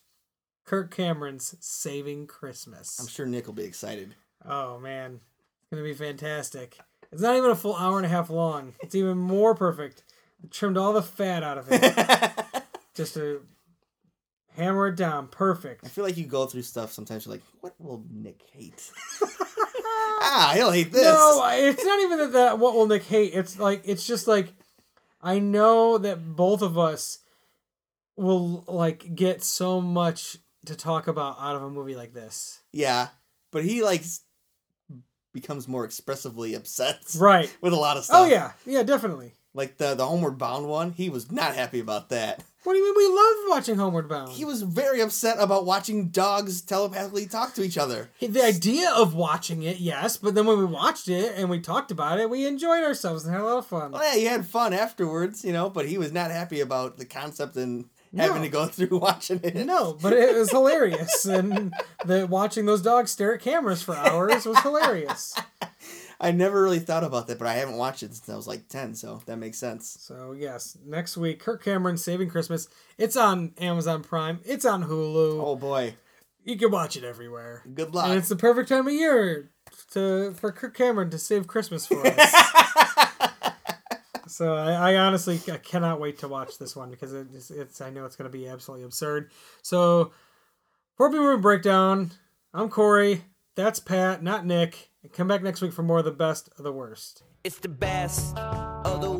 Speaker 1: Kirk Cameron's Saving Christmas.
Speaker 2: I'm sure Nick will be excited.
Speaker 1: Oh man, it's gonna be fantastic. It's not even a full hour and a half long. It's even more perfect. I trimmed all the fat out of it
Speaker 2: I
Speaker 1: just to hammer it down. Perfect.
Speaker 2: feel like you go through stuff sometimes. You're like, what will Nick hate? ah, he'll hate this.
Speaker 1: No, I- it's not even that, that. What will Nick hate? It's like it's just like I know that both of us will like get so much to talk about out of a movie like this.
Speaker 2: Yeah, but he like s- becomes more expressively upset
Speaker 1: Right.
Speaker 2: with a lot of stuff.
Speaker 1: Oh yeah, yeah, definitely.
Speaker 2: like the the Homeward Bound one. He was not happy about that.
Speaker 1: What do you mean? We loved watching Homeward Bound.
Speaker 2: He was very upset about watching dogs telepathically talk to each other.
Speaker 1: the idea of watching it, yes, but then when we watched it and we talked about it, we enjoyed ourselves and had a lot of fun.
Speaker 2: Well, yeah, he had fun afterwards, you know, but he was not happy about the concept and having
Speaker 1: No.
Speaker 2: to go through watching it.
Speaker 1: No, but it was hilarious, and the watching those dogs stare at cameras for hours was hilarious.
Speaker 2: I never really thought about that, but I haven't watched it since I was like ten, so that makes sense.
Speaker 1: So yes, next week, Kirk Cameron Saving Christmas. It's on Amazon Prime. It's on Hulu.
Speaker 2: Oh boy,
Speaker 1: You can watch it everywhere,
Speaker 2: good
Speaker 1: and
Speaker 2: luck.
Speaker 1: it's the perfect time of year to for Kirk Cameron to save Christmas for us. So I, I honestly I cannot wait to watch this one because it is it's I know it's going to be absolutely absurd. So for Big Movie Breakdown, I'm Corey. That's Pat, not Nick. And come back next week for more of the best of the worst.
Speaker 3: It's the best of the